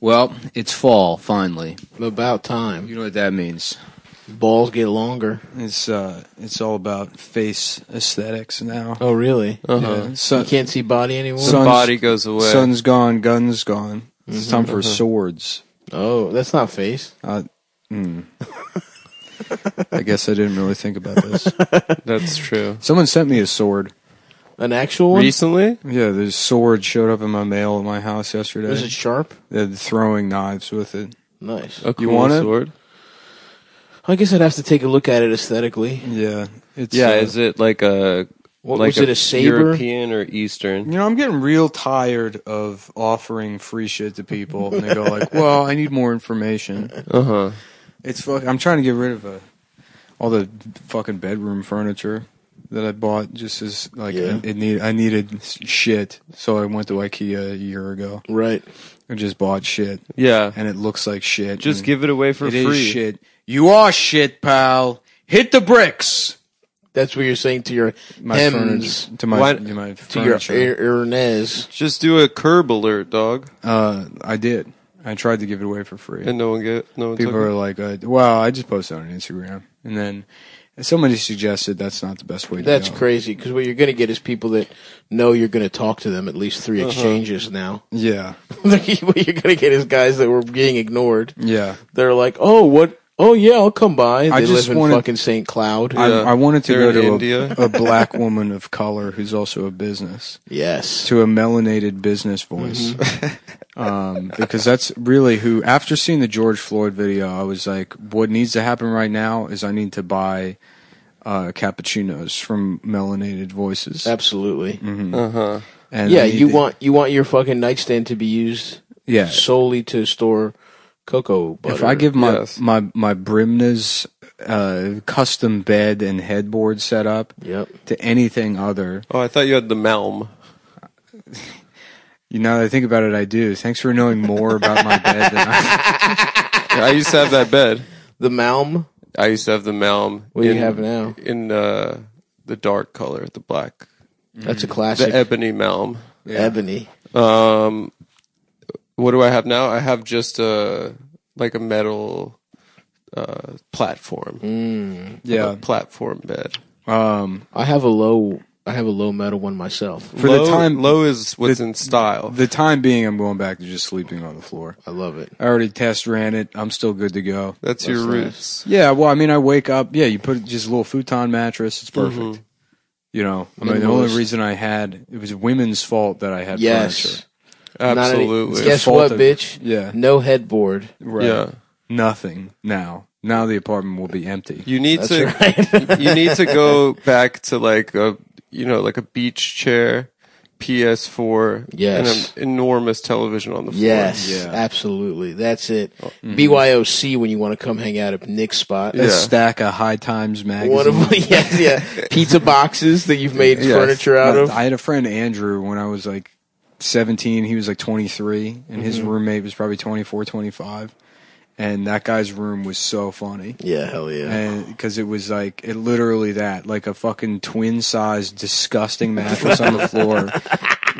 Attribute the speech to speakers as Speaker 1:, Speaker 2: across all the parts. Speaker 1: Well, it's fall finally.
Speaker 2: About time.
Speaker 1: You know what that means.
Speaker 2: Balls get longer.
Speaker 3: It's uh, it's all about face aesthetics now.
Speaker 2: Oh, really?
Speaker 3: Uh-huh.
Speaker 2: You
Speaker 3: Sun,
Speaker 2: can't see body anymore.
Speaker 3: So- Sun's-
Speaker 4: body goes away.
Speaker 3: sun's gone, guns gone.
Speaker 1: Mm-hmm,
Speaker 3: It's time
Speaker 1: uh-huh.
Speaker 3: for swords.
Speaker 2: oh, that's not face.
Speaker 3: Uh, mm. I guess I didn't really think about this.
Speaker 4: That's true.
Speaker 3: Someone sent me a sword.
Speaker 2: An actual one.
Speaker 4: Recently,
Speaker 3: Yeah, this sword showed up in my mail at my house yesterday.
Speaker 2: Is it sharp?
Speaker 3: They had throwing knives with it.
Speaker 2: Nice.
Speaker 4: a cool
Speaker 3: want it?
Speaker 4: sword.
Speaker 2: I guess I'd have to take a look at it aesthetically.
Speaker 3: Yeah, it's
Speaker 4: Yeah,
Speaker 3: uh,
Speaker 4: is it like a
Speaker 2: What
Speaker 4: like
Speaker 2: was it? A saber?
Speaker 4: European or Eastern?
Speaker 3: You know, I'm getting real tired of offering free shit to people, and they go like, "Well, I need more information."
Speaker 4: Uh huh.
Speaker 3: It's fuck. I'm trying to get rid of uh all the fucking bedroom furniture that I bought. Just as like
Speaker 2: Yeah.
Speaker 3: it, it need, I needed s- shit, so I went to IKEA a year ago
Speaker 2: Right.
Speaker 3: and just bought shit,
Speaker 4: Yeah,
Speaker 3: and it looks like shit.
Speaker 4: just
Speaker 3: and
Speaker 4: give it away for
Speaker 3: Mm. it is
Speaker 4: free.
Speaker 3: shit. You are shit, pal. Hit the bricks.
Speaker 2: That's what you're saying to your
Speaker 3: My
Speaker 2: hems,
Speaker 3: furniture to my
Speaker 4: Why-
Speaker 3: to my
Speaker 2: to your
Speaker 3: furniture.
Speaker 2: ear- earnés.
Speaker 4: Just do a curb alert, dog,
Speaker 3: uh, I did. I tried to give it away for free.
Speaker 4: and no one get no one.
Speaker 3: people
Speaker 4: took
Speaker 3: are
Speaker 4: it.
Speaker 3: like, uh, "Well, I just posted on Instagram," and then somebody suggested that's not the best way to
Speaker 2: That's
Speaker 3: go.
Speaker 2: crazy because what you're going to get is people that know you're going to talk to them at least 3
Speaker 3: Uh-huh.
Speaker 2: exchanges now.
Speaker 3: Yeah,
Speaker 2: what you're going to get is guys that were being ignored.
Speaker 3: yeah.
Speaker 2: They're like, "Oh, what? Oh, yeah, I'll come by." They
Speaker 3: I just
Speaker 2: live in
Speaker 3: wanted-
Speaker 2: fucking St. Cloud.
Speaker 3: I,
Speaker 4: Yeah.
Speaker 3: I wanted to
Speaker 4: They're
Speaker 3: go
Speaker 4: in
Speaker 3: to
Speaker 4: India.
Speaker 3: a, a black woman of color who's also a business
Speaker 2: yes.
Speaker 3: to a melanated business voice,
Speaker 4: Mm-hmm.
Speaker 3: um, because that's really who. After seeing the George Floyd video, I was like, "What needs to happen right now is I need to buy." Uh, cappuccinos from melanated voices,
Speaker 2: Absolutely.
Speaker 3: and
Speaker 2: Yeah,
Speaker 3: I need
Speaker 2: you
Speaker 3: to-
Speaker 2: want you want your fucking nightstand to be used
Speaker 3: yeah.
Speaker 2: solely to store cocoa butter.
Speaker 3: If I give my
Speaker 4: Yes.
Speaker 3: my my Brimna's uh, custom bed and headboard setup
Speaker 2: Yep.
Speaker 3: to anything other,
Speaker 4: oh, I thought you had the Malm.
Speaker 3: you know, now that I think about it, I do. Thanks for knowing more about my bed. Than I,
Speaker 4: I used to have that bed.
Speaker 2: the Malm,
Speaker 4: I used to have the Malm.
Speaker 2: What do you have now?
Speaker 4: In uh, the dark color, the black,
Speaker 2: that's a
Speaker 4: the
Speaker 2: classic.
Speaker 4: ebony Malm.
Speaker 2: Mm. Ebony.
Speaker 4: Um, what do I have now? I have just a like a metal uh platform,
Speaker 3: yeah.
Speaker 4: a platform bed.
Speaker 3: Um,
Speaker 2: I have a low I have a low metal one myself.
Speaker 3: for
Speaker 4: low,
Speaker 3: the time
Speaker 4: low is what's in style.
Speaker 3: the time being, I'm going back to just sleeping on the floor.
Speaker 2: I love it.
Speaker 3: I already test ran it. I'm still good to go.
Speaker 4: That's your
Speaker 2: nice.
Speaker 4: roots.
Speaker 3: Yeah. Well, I mean, I wake up. Yeah, you put just a little futon mattress. It's perfect.
Speaker 2: Mm-hmm.
Speaker 3: You know, I mean, the only
Speaker 2: Minimalist.
Speaker 3: reason I had it was women's fault that I had
Speaker 2: Yes. Not any-
Speaker 4: Absolutely.
Speaker 2: guess
Speaker 3: fault
Speaker 2: what,
Speaker 3: of-
Speaker 2: bitch?
Speaker 3: yeah.
Speaker 2: No headboard.
Speaker 3: furniture. Right.
Speaker 4: Yeah.
Speaker 3: nothing now. Now the apartment will be empty.
Speaker 4: You need
Speaker 2: That's
Speaker 4: to
Speaker 2: right.
Speaker 4: you need to go back to like a you know like a beach chair, PS4,
Speaker 2: Yes.
Speaker 4: and an enormous television on the floor.
Speaker 2: Yes,
Speaker 3: Yeah.
Speaker 2: absolutely. That's it. BYOC when you want to come hang out at Nick's spot.
Speaker 3: A
Speaker 4: Yeah.
Speaker 3: stack of High Times magazine.
Speaker 2: One of yes, yeah, pizza boxes that you've made
Speaker 4: Yes.
Speaker 2: furniture out of.
Speaker 3: I had a friend Andrew when I was like 17, he was like 23 and his
Speaker 2: Mm-hmm.
Speaker 3: roommate was probably 24, 25. And that guy's room was so funny.
Speaker 2: Yeah, hell yeah.
Speaker 3: And cuz it was like it literally that, like a fucking twin-sized disgusting mattress on the floor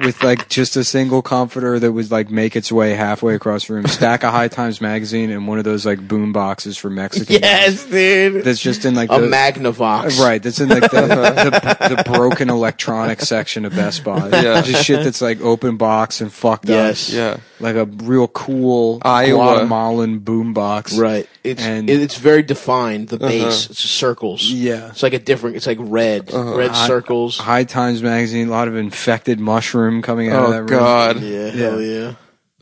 Speaker 3: with like just a single comforter that would like make its way halfway across the room, stack of High Times magazine and one of those like boom boxes for Mexican
Speaker 2: yes, dude.
Speaker 3: that's just in like
Speaker 2: a
Speaker 3: the,
Speaker 2: Magnavox.
Speaker 3: Uh, Right, that's in like the,
Speaker 2: Uh-huh.
Speaker 3: the, the broken electronic section of Best Buy.
Speaker 4: Yeah.
Speaker 3: Just shit that's like open box and fucked
Speaker 2: Yes.
Speaker 3: up.
Speaker 4: Yeah.
Speaker 3: Like a real cool
Speaker 4: Iowa.
Speaker 3: Guatemalan boom box.
Speaker 2: Right. It's
Speaker 3: And- Uh-huh.
Speaker 2: it- it's very defined. The base, it's circles.
Speaker 3: Yeah. Uh-huh.
Speaker 2: It's like a different. It's like red, red
Speaker 3: I-
Speaker 2: circles.
Speaker 3: High Times magazine, a lot of infected mushroom coming out of that
Speaker 4: Oh
Speaker 3: room.
Speaker 4: God.
Speaker 2: yeah, hell yeah.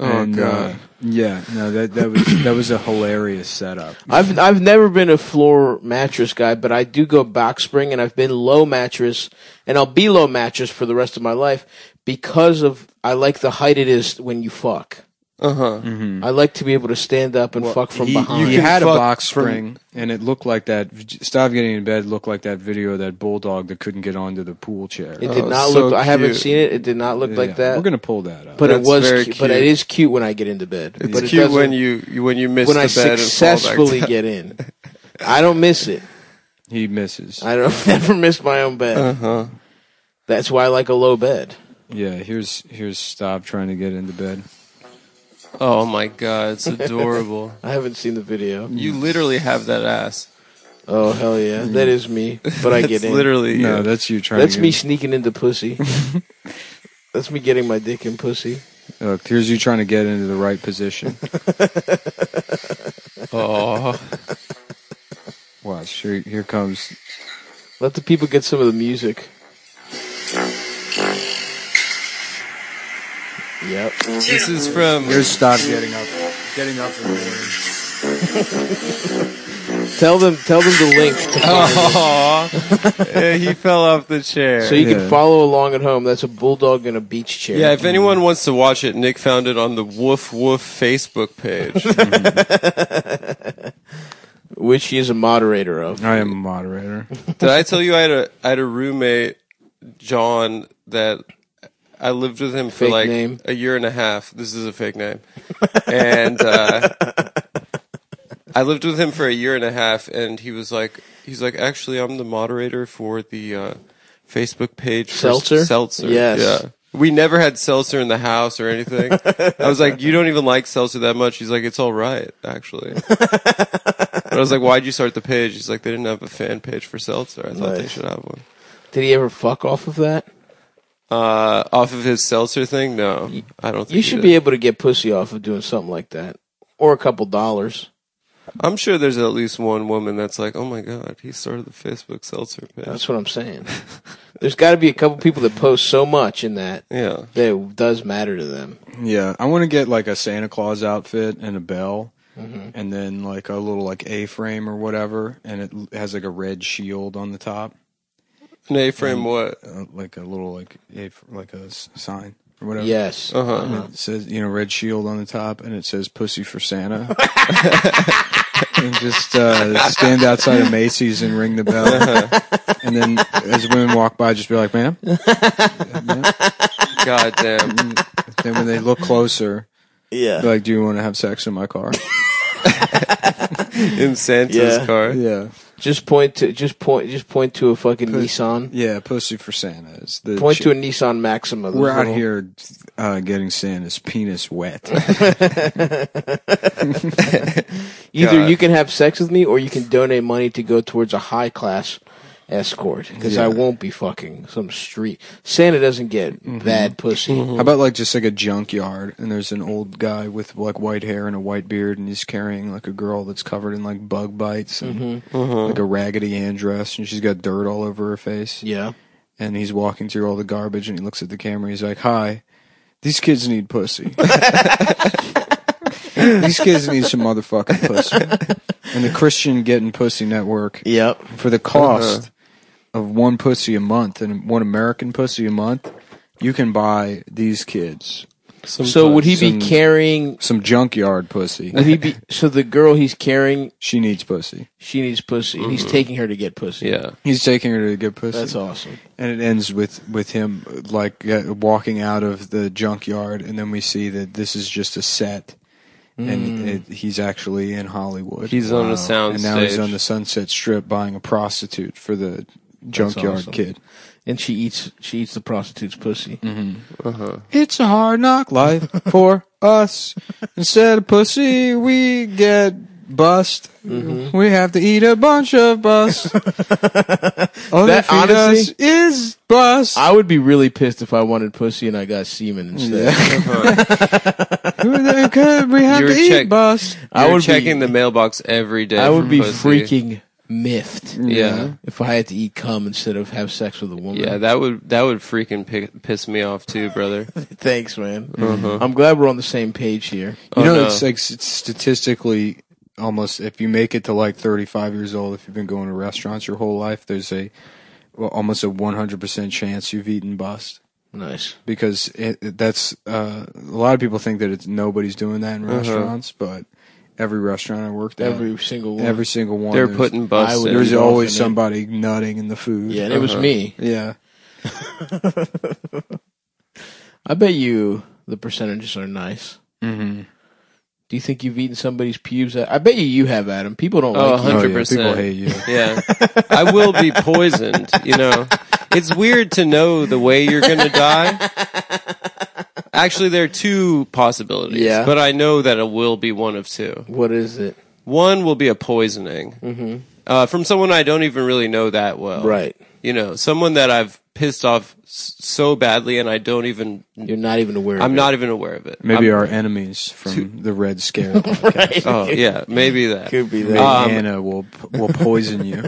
Speaker 4: Oh
Speaker 3: And,
Speaker 4: God.
Speaker 3: uh, yeah, no, that that was that was a hilarious setup.
Speaker 2: I've I've never been a floor mattress guy, but I do go box spring, and I've been low mattress, and I'll be low mattress for the rest of my life because of I like the height it is when you fuck.
Speaker 4: uh huh.
Speaker 2: I like to be able to stand up and fuck from
Speaker 3: he,
Speaker 2: behind.
Speaker 3: he
Speaker 4: can
Speaker 3: had a
Speaker 4: fuck
Speaker 3: box
Speaker 4: from-
Speaker 3: spring, and it looked like that. Stop getting in bed looked like that video of that bulldog that couldn't get onto the pool chair.
Speaker 2: it did
Speaker 4: Oh,
Speaker 2: not
Speaker 4: so
Speaker 2: look. I haven't
Speaker 4: cute.
Speaker 2: seen it. It did not look
Speaker 3: Yeah,
Speaker 2: like that.
Speaker 3: We're gonna pull that up.
Speaker 2: but it
Speaker 4: That's
Speaker 2: was.
Speaker 4: very
Speaker 2: Cute, but
Speaker 4: cute.
Speaker 2: it is cute when I get into bed.
Speaker 4: It's
Speaker 2: but it
Speaker 4: cute
Speaker 2: doesn't-
Speaker 4: when you, you when you miss
Speaker 2: when
Speaker 4: the
Speaker 2: I
Speaker 4: bed
Speaker 2: successfully
Speaker 4: and fall back down.
Speaker 2: get in. I don't miss it.
Speaker 3: he misses.
Speaker 2: I don't I've never miss my own bed.
Speaker 4: Uh-huh.
Speaker 2: That's why I like a low bed.
Speaker 3: Yeah, here's here's stop trying to get into bed.
Speaker 4: Oh my god, it's adorable.
Speaker 2: I haven't seen the video.
Speaker 4: you literally have that ass.
Speaker 2: Oh hell yeah, that is me. But I get
Speaker 4: It's
Speaker 2: in.
Speaker 4: Mm. literally
Speaker 3: No,
Speaker 4: you.
Speaker 3: that's you trying.
Speaker 2: That's
Speaker 3: to
Speaker 2: me
Speaker 3: Get,
Speaker 2: sneaking into pussy. That's me getting my dick in pussy.
Speaker 3: look, here's you trying to get into the right position.
Speaker 4: Oh,
Speaker 3: Watch, here, here comes.
Speaker 2: Let the people get some of the music. Yep.
Speaker 4: this is from
Speaker 3: Here's stop getting up, getting up. In the morning.
Speaker 2: Tell them tell them the link to find it.
Speaker 4: Aw. Eh, he fell off the chair.
Speaker 2: so you
Speaker 3: Yeah.
Speaker 2: can follow along at home. That's a bulldog in a beach chair.
Speaker 4: yeah, if anyone wants to watch it, Nick found it on the Woof Woof Facebook page.
Speaker 2: which he is a moderator of.
Speaker 3: I am a moderator.
Speaker 4: Did I tell you I had a I had a roommate, John, that I lived with him for
Speaker 2: Fake
Speaker 4: like
Speaker 2: name.
Speaker 4: a year and a half. This is a fake name, and uh, I lived with him for a year and a half, and he was like, he's like, actually, I'm the moderator for the uh, Facebook page for
Speaker 2: Seltzer?
Speaker 4: Seltzer,
Speaker 2: Yes.
Speaker 4: yeah. We never had seltzer in the house or anything. I was like, "You don't even like seltzer that much." He's like, "It's all right, actually." But I was like, why'd you start the page? He's like, they didn't have a fan page for Seltzer. I thought they
Speaker 2: Nice.
Speaker 4: should have one.
Speaker 2: Did he ever fuck off of that?
Speaker 4: Uh, off of his Seltzer thing? No, I don't think
Speaker 2: You should be able to get pussy off of doing something like that, or a couple dollars.
Speaker 4: I'm sure there's at least one woman that's like, oh my God, he started the Facebook Seltzer page.
Speaker 2: That's what I'm saying. There's got to be a couple people that post so much in that
Speaker 4: yeah.
Speaker 2: that it does matter to them.
Speaker 3: Yeah, I want to get like a Santa Claus outfit and a bell,
Speaker 2: Mm-hmm.
Speaker 3: and then like a little like A-frame or whatever, and it l- has like a red shield on the top,
Speaker 4: An A-frame what?
Speaker 3: uh, like a little like a like a s- sign or whatever.
Speaker 2: Yes.
Speaker 4: Uh-huh.
Speaker 3: And it says you know red shield on the top, and it says "Pussy for Santa." and just uh, stand outside of Macy's and ring the bell, and then as women walk by, just be like, "Ma'am."
Speaker 4: God damn.
Speaker 3: And then when they look closer,
Speaker 2: Yeah.
Speaker 3: be like, "Do you want to have sex in my car?"
Speaker 4: In Santa's
Speaker 2: Yeah.
Speaker 4: car.
Speaker 3: yeah.
Speaker 2: Just point to just point just point to a fucking Nissan.
Speaker 3: Yeah, pussy for Santa is the.
Speaker 2: Point
Speaker 3: ch-
Speaker 2: to a Nissan Maxima. those
Speaker 3: We're out
Speaker 2: little-
Speaker 3: here uh, getting Santa's penis wet.
Speaker 2: Either
Speaker 4: God.
Speaker 2: you can have sex with me, or you can donate money to go towards a high class escort. Because I
Speaker 3: Yeah.
Speaker 2: won't be fucking some street. Santa doesn't get
Speaker 3: Mm-hmm.
Speaker 2: bad pussy.
Speaker 3: How about like just like a junkyard, and there's an old guy with like white hair and a white beard, and he's carrying like a girl that's covered in like bug bites and like a raggedy hand dress, and she's got dirt all over her face.
Speaker 2: Yeah.
Speaker 3: And he's walking through all the garbage, and he looks at the camera. He's like, "Hi, these kids need pussy. these kids need some motherfucking pussy." And the Christian Getting Pussy Network
Speaker 2: Yep.
Speaker 3: for the cost of one pussy a month and one American pussy a month, you can buy these kids
Speaker 2: So would he be
Speaker 3: Some-
Speaker 2: carrying?
Speaker 3: some junkyard pussy.
Speaker 4: Uh,
Speaker 2: Would he be? So the girl he's carrying,
Speaker 3: she needs pussy.
Speaker 2: she needs pussy, and he's
Speaker 3: Mm-hmm.
Speaker 2: taking her to get pussy.
Speaker 4: Yeah.
Speaker 3: He's taking her to get pussy,
Speaker 2: That's awesome.
Speaker 3: and it ends with with him uh, like uh, walking out of the junkyard, and then we see that this is just a set. And it, he's actually in Hollywood.
Speaker 4: Hmm. He's on a sound
Speaker 3: and now he's
Speaker 4: stage.
Speaker 3: on the Sunset Strip buying a prostitute for the junkyard
Speaker 2: awesome.
Speaker 3: kid.
Speaker 2: And she eats. She eats the prostitute's pussy.
Speaker 3: Mm. It's a hard knock life for us. Instead of pussy, we get bust.
Speaker 2: Mm-hmm.
Speaker 3: We have to eat a bunch of bust. All
Speaker 2: That
Speaker 3: that feed us
Speaker 2: honestly-
Speaker 3: is bust.
Speaker 2: I would be really pissed if I wanted pussy and I got semen instead.
Speaker 3: we have
Speaker 4: You're
Speaker 3: to eat
Speaker 4: check-
Speaker 3: bust.
Speaker 2: I
Speaker 4: You're
Speaker 2: would be-
Speaker 4: checking the mailbox every day.
Speaker 2: I would
Speaker 4: for
Speaker 2: be
Speaker 4: pussy.
Speaker 2: freaking miffed
Speaker 4: Yeah.
Speaker 2: if I had to eat cum instead of have sex with a woman.
Speaker 4: Yeah, that would that would freaking pick, piss me off too, brother.
Speaker 2: Thanks, man. I'm glad we're on the same page here.
Speaker 3: You know,
Speaker 4: Oh, no.
Speaker 3: it's like s- statistically almost if you make it to like 35 years old, if you've been going to restaurants your whole life, there's a well, almost a 100% chance you've eaten bust.
Speaker 2: Nice.
Speaker 3: because it, it- that's uh, a lot of people think that it's nobody's doing that in restaurants, but every restaurant I worked at,
Speaker 2: Uh-huh. Every single one.
Speaker 3: every single one,
Speaker 4: They're
Speaker 3: there's-
Speaker 4: putting
Speaker 2: I
Speaker 4: bust
Speaker 2: would-
Speaker 4: in.
Speaker 3: There's
Speaker 2: Yeah.
Speaker 3: always
Speaker 2: Yeah.
Speaker 3: somebody nutting in the food.
Speaker 2: yeah, and it was me.
Speaker 3: yeah.
Speaker 2: I bet you the percentages are nice.
Speaker 3: Mm-hmm.
Speaker 2: Do you think you've eaten somebody's pubes? I bet you you have, Adam. People don't like
Speaker 4: Oh,
Speaker 2: you.
Speaker 4: hun-
Speaker 3: Oh, yeah,
Speaker 4: 100%.
Speaker 3: people hate you.
Speaker 4: Yeah. I will be poisoned, you know. It's weird to know the way you're going to die. Actually, there are two possibilities.
Speaker 2: Yeah.
Speaker 4: But I know that it will be one of two.
Speaker 2: What is it?
Speaker 4: One will be a poisoning uh, from someone I don't even really know that well.
Speaker 2: Mm-hmm. Oh. Right.
Speaker 4: You know, someone that I've pissed off s- so badly, and I don't even.
Speaker 2: You're not even aware.
Speaker 4: I'm
Speaker 2: of
Speaker 4: not even aware of it.
Speaker 3: Maybe
Speaker 4: I'm-
Speaker 3: our enemies from the Red Scare. podcast.
Speaker 2: It.
Speaker 4: Oh yeah, maybe that.
Speaker 2: Could be
Speaker 3: Maybe
Speaker 2: that.
Speaker 3: Hannah will will poison you.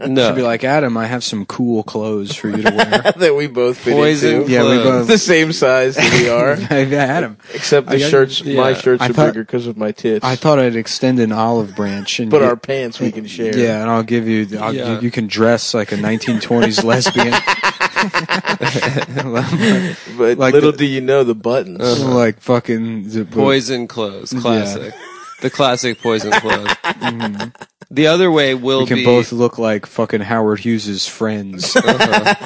Speaker 4: No.
Speaker 3: She'll be like, Adam, I have some cool clothes for you to wear.
Speaker 2: that we both fit
Speaker 4: Poison
Speaker 2: into.
Speaker 3: Yeah, we
Speaker 4: clothes.
Speaker 3: both-
Speaker 2: the same size that we are,
Speaker 3: Adam,
Speaker 2: except the
Speaker 3: I got-
Speaker 2: shirts. My
Speaker 4: yeah.
Speaker 2: shirts
Speaker 3: I
Speaker 2: are
Speaker 3: thought-
Speaker 2: bigger because of my tits.
Speaker 3: I thought I'd extend an olive branch and
Speaker 2: but
Speaker 3: get-
Speaker 2: our pants we can share.
Speaker 3: yeah, and I'll give you. the- I'll,
Speaker 4: Yeah.
Speaker 3: you, you can dress like a 1920s lesbian,
Speaker 2: But
Speaker 3: Like
Speaker 2: little
Speaker 3: the- Uh-huh.
Speaker 2: do you know the buttons.
Speaker 3: like fucking the,
Speaker 4: Poison clothes, classic. The classic poison clothes. The other way will
Speaker 3: Mm-hmm. We can
Speaker 4: be
Speaker 3: both look like fucking Howard Hughes's friends. yeah,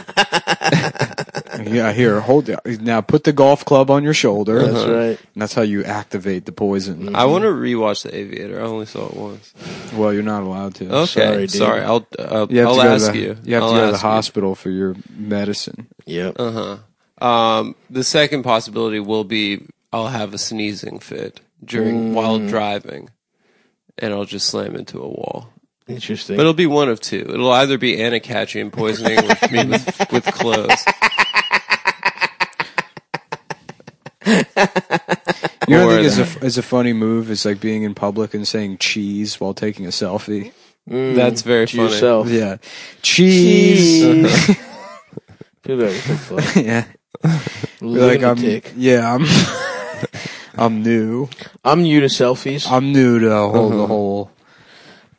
Speaker 3: here, hold it. Now put the golf club on your shoulder. Uh-huh.
Speaker 2: That's right.
Speaker 3: And that's how you activate the poison.
Speaker 4: I want to rewatch The Aviator. I only saw it once.
Speaker 3: well, you're not allowed to.
Speaker 4: Okay,
Speaker 2: Sorry,
Speaker 4: sorry.
Speaker 2: dude.
Speaker 4: I'll uh,
Speaker 3: You have to go
Speaker 4: Mm. Oh, I'll
Speaker 3: to
Speaker 4: ask
Speaker 3: the-
Speaker 4: you.
Speaker 3: You have
Speaker 4: I'll
Speaker 3: to go to the
Speaker 4: ask you.
Speaker 3: hospital for your medicine.
Speaker 2: Yep.
Speaker 4: Um, the second possibility will be I'll have a sneezing fit during while
Speaker 3: Mm.
Speaker 4: driving, and I'll just slam into a wall.
Speaker 2: Interesting.
Speaker 4: But it'll be one of two. It'll either be anacachium poisoning with me with, with clothes.
Speaker 3: You know, what I
Speaker 4: Or
Speaker 3: think is a, is a funny move is like being in public and saying cheese while taking a selfie.
Speaker 4: That's very
Speaker 2: to
Speaker 4: funny.
Speaker 2: yourself.
Speaker 3: Yeah. Oh. Cheese.
Speaker 2: Dude, that was a fuck.
Speaker 3: yeah. Be like, I'm,
Speaker 2: Lunatic.
Speaker 3: yeah, I'm, I'm new.
Speaker 2: I'm new to selfies.
Speaker 3: I'm new to the whole, the whole,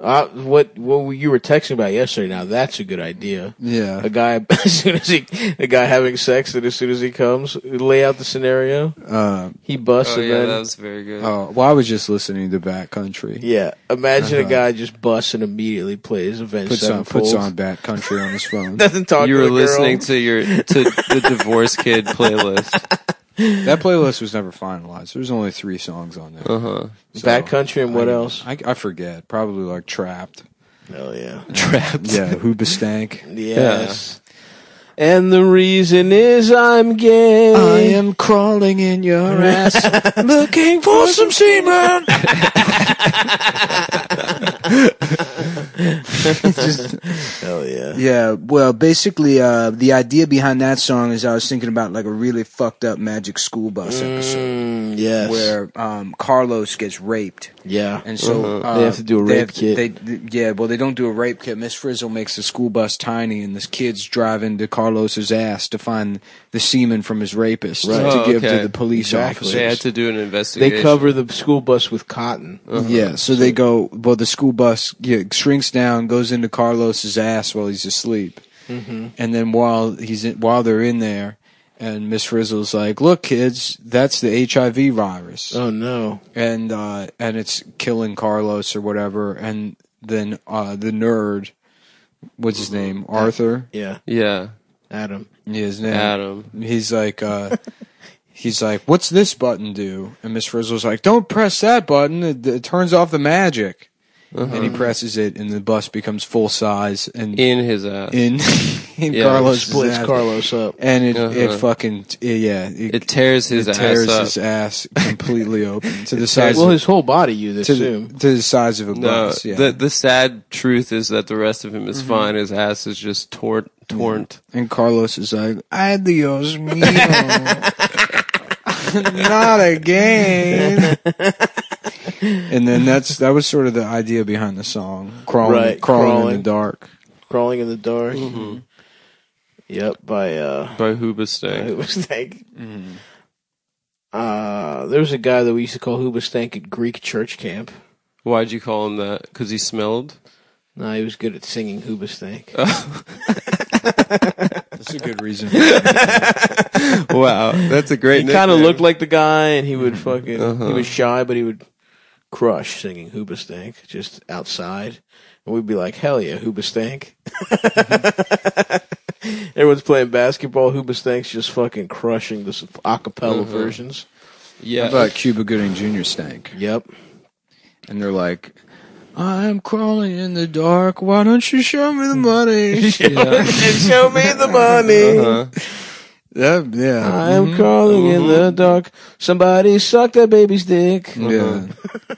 Speaker 2: Uh, what what you were texting about yesterday? Now that's a good idea.
Speaker 3: yeah.
Speaker 2: A guy as soon as he a guy having sex, and as soon as he comes, lay out the scenario.
Speaker 3: Uh,
Speaker 2: He busts,
Speaker 4: Oh
Speaker 2: and
Speaker 4: yeah,
Speaker 2: then
Speaker 4: that was very good.
Speaker 3: oh, well, I was just listening to Backcountry.
Speaker 2: yeah, imagine a guy just busts and immediately plays Avenged
Speaker 3: Puts on,
Speaker 2: Sevenfold.
Speaker 3: puts on Backcountry on his phone.
Speaker 2: Doesn't talk.
Speaker 4: you
Speaker 2: to
Speaker 4: were
Speaker 2: the girl.
Speaker 4: listening to your to the divorce kid playlist.
Speaker 3: that playlist was never finalized. There's only three songs on there.
Speaker 4: Uh-huh.
Speaker 3: So,
Speaker 2: Backcountry and what
Speaker 3: I-
Speaker 2: else?
Speaker 3: I, I forget. Probably like Trapped.
Speaker 2: Oh yeah.
Speaker 4: Trapped.
Speaker 3: Yeah, Hoobastank.
Speaker 2: Yes. And the reason is I'm gay.
Speaker 3: I am crawling in your ass, looking for some semen.
Speaker 2: Hell yeah.
Speaker 5: Yeah, well, basically, uh, the idea behind that song is I was thinking about like a really fucked up Magic School Bus episode
Speaker 2: Mm, yes.
Speaker 5: where um, Carlos gets raped,
Speaker 2: Yeah.
Speaker 5: and so uh
Speaker 2: Uh-huh. They have to do a
Speaker 5: they
Speaker 2: rape
Speaker 5: have to-
Speaker 2: kit.
Speaker 5: they- th- yeah, well, they don't do a rape kit. Miss Frizzle makes the school bus tiny, and this kid's driving to Carlos's ass to find the semen from his rapist
Speaker 4: Right.
Speaker 5: to
Speaker 4: Oh,
Speaker 5: give
Speaker 4: okay.
Speaker 5: to the police
Speaker 2: Exactly.
Speaker 5: officers.
Speaker 4: They had to do an
Speaker 2: They
Speaker 4: investigation.
Speaker 2: cover the school bus with cotton.
Speaker 5: Yeah,
Speaker 3: Yeah, so they go. Well, the school bus yeah, shrinks down, goes into Carlos's ass while he's asleep, and then while he's in, while they're in there, and Miss Frizzle's like, "Look, kids, that's the HIV virus,
Speaker 2: Oh no.
Speaker 3: and uh, and it's killing Carlos or whatever." And then uh, the nerd, what's his name, Arthur?
Speaker 2: Yeah.
Speaker 4: Yeah,
Speaker 2: Adam.
Speaker 3: Yeah, his name.
Speaker 4: Adam.
Speaker 3: He's like, uh, he's like, "What's this button do?" And Miss Frizzle's like, "Don't press that button. It, it turns off the magic." And he presses it, and the bus becomes full size and in
Speaker 4: Uh-huh. In his ass.
Speaker 3: in,
Speaker 4: Yeah,
Speaker 3: Carlos
Speaker 2: Splits Carlos up.
Speaker 3: and it
Speaker 4: Uh-huh.
Speaker 3: it fucking it, yeah it,
Speaker 4: it tears his
Speaker 3: it
Speaker 4: ass
Speaker 3: tears
Speaker 4: up.
Speaker 3: his ass completely open to the size
Speaker 2: Well,
Speaker 3: of,
Speaker 2: his whole body, you'd
Speaker 3: to, the,
Speaker 2: assume.
Speaker 3: to the size of a
Speaker 4: no,
Speaker 3: bus. Yeah,
Speaker 4: the the sad truth is that the rest of him is
Speaker 2: Mm-hmm.
Speaker 4: fine. His ass is just tor- torn.
Speaker 3: and Carlos is like, "Adios mio, not again." and then that's that was sort of the idea behind the song, crawling,
Speaker 2: Right,
Speaker 3: crawling, in
Speaker 2: crawling.
Speaker 3: the dark.
Speaker 2: Crawling in the dark. Yep, by uh
Speaker 4: by Hoobastank.
Speaker 2: it was like uh there was a guy that we used to call Hoobastank at Greek church camp.
Speaker 4: Why'd you call him that? Because he smelled.
Speaker 2: No, he was good at singing Hoobastank.
Speaker 3: That's a good reason.
Speaker 4: wow, that's a great.
Speaker 2: he kind of
Speaker 4: nickname.
Speaker 2: looked like the guy, and he would fucking. He was shy, but he would crush singing Hoobastank just outside, and we'd be like, "Hell yeah, Hoobastank!" Everyone's playing basketball. Hoobastank's just fucking crushing the s- acapella versions.
Speaker 4: Yeah,
Speaker 3: about Cuba Gooding Jr. stank,
Speaker 2: Yep.
Speaker 3: and they're like. I'm crawling in the dark. Why don't you show me the money?
Speaker 2: and show me the money.
Speaker 4: Uh-huh.
Speaker 3: Yeah, yeah. Mm-hmm.
Speaker 2: I am crawling in the dark. Somebody suck that baby's dick.
Speaker 3: Mm-hmm.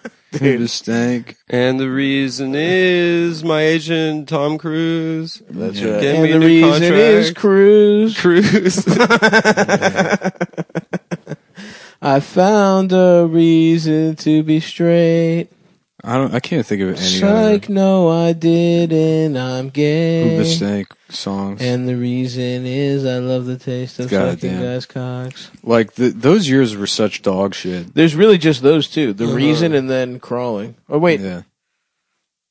Speaker 3: Yeah. Dude. Just stank.
Speaker 4: And the reason is my agent Tom Cruise.
Speaker 2: That's
Speaker 3: Yeah.
Speaker 2: right.
Speaker 4: Get
Speaker 2: and
Speaker 4: me
Speaker 2: the
Speaker 4: a new
Speaker 2: reason
Speaker 4: contract.
Speaker 2: is cruise.
Speaker 4: Cruise.
Speaker 2: I found a reason to be straight.
Speaker 3: I don't. I can't think of any
Speaker 2: Psych, no, I didn't. I'm
Speaker 3: other
Speaker 2: gay.
Speaker 3: Uber stank songs.
Speaker 2: And the reason is I love the taste of
Speaker 3: God
Speaker 2: sucking
Speaker 3: damn.
Speaker 2: guys' cocks.
Speaker 3: like th those years were such dog shit.
Speaker 2: There's really just those two: the reason and then crawling. Oh wait,
Speaker 3: Yeah.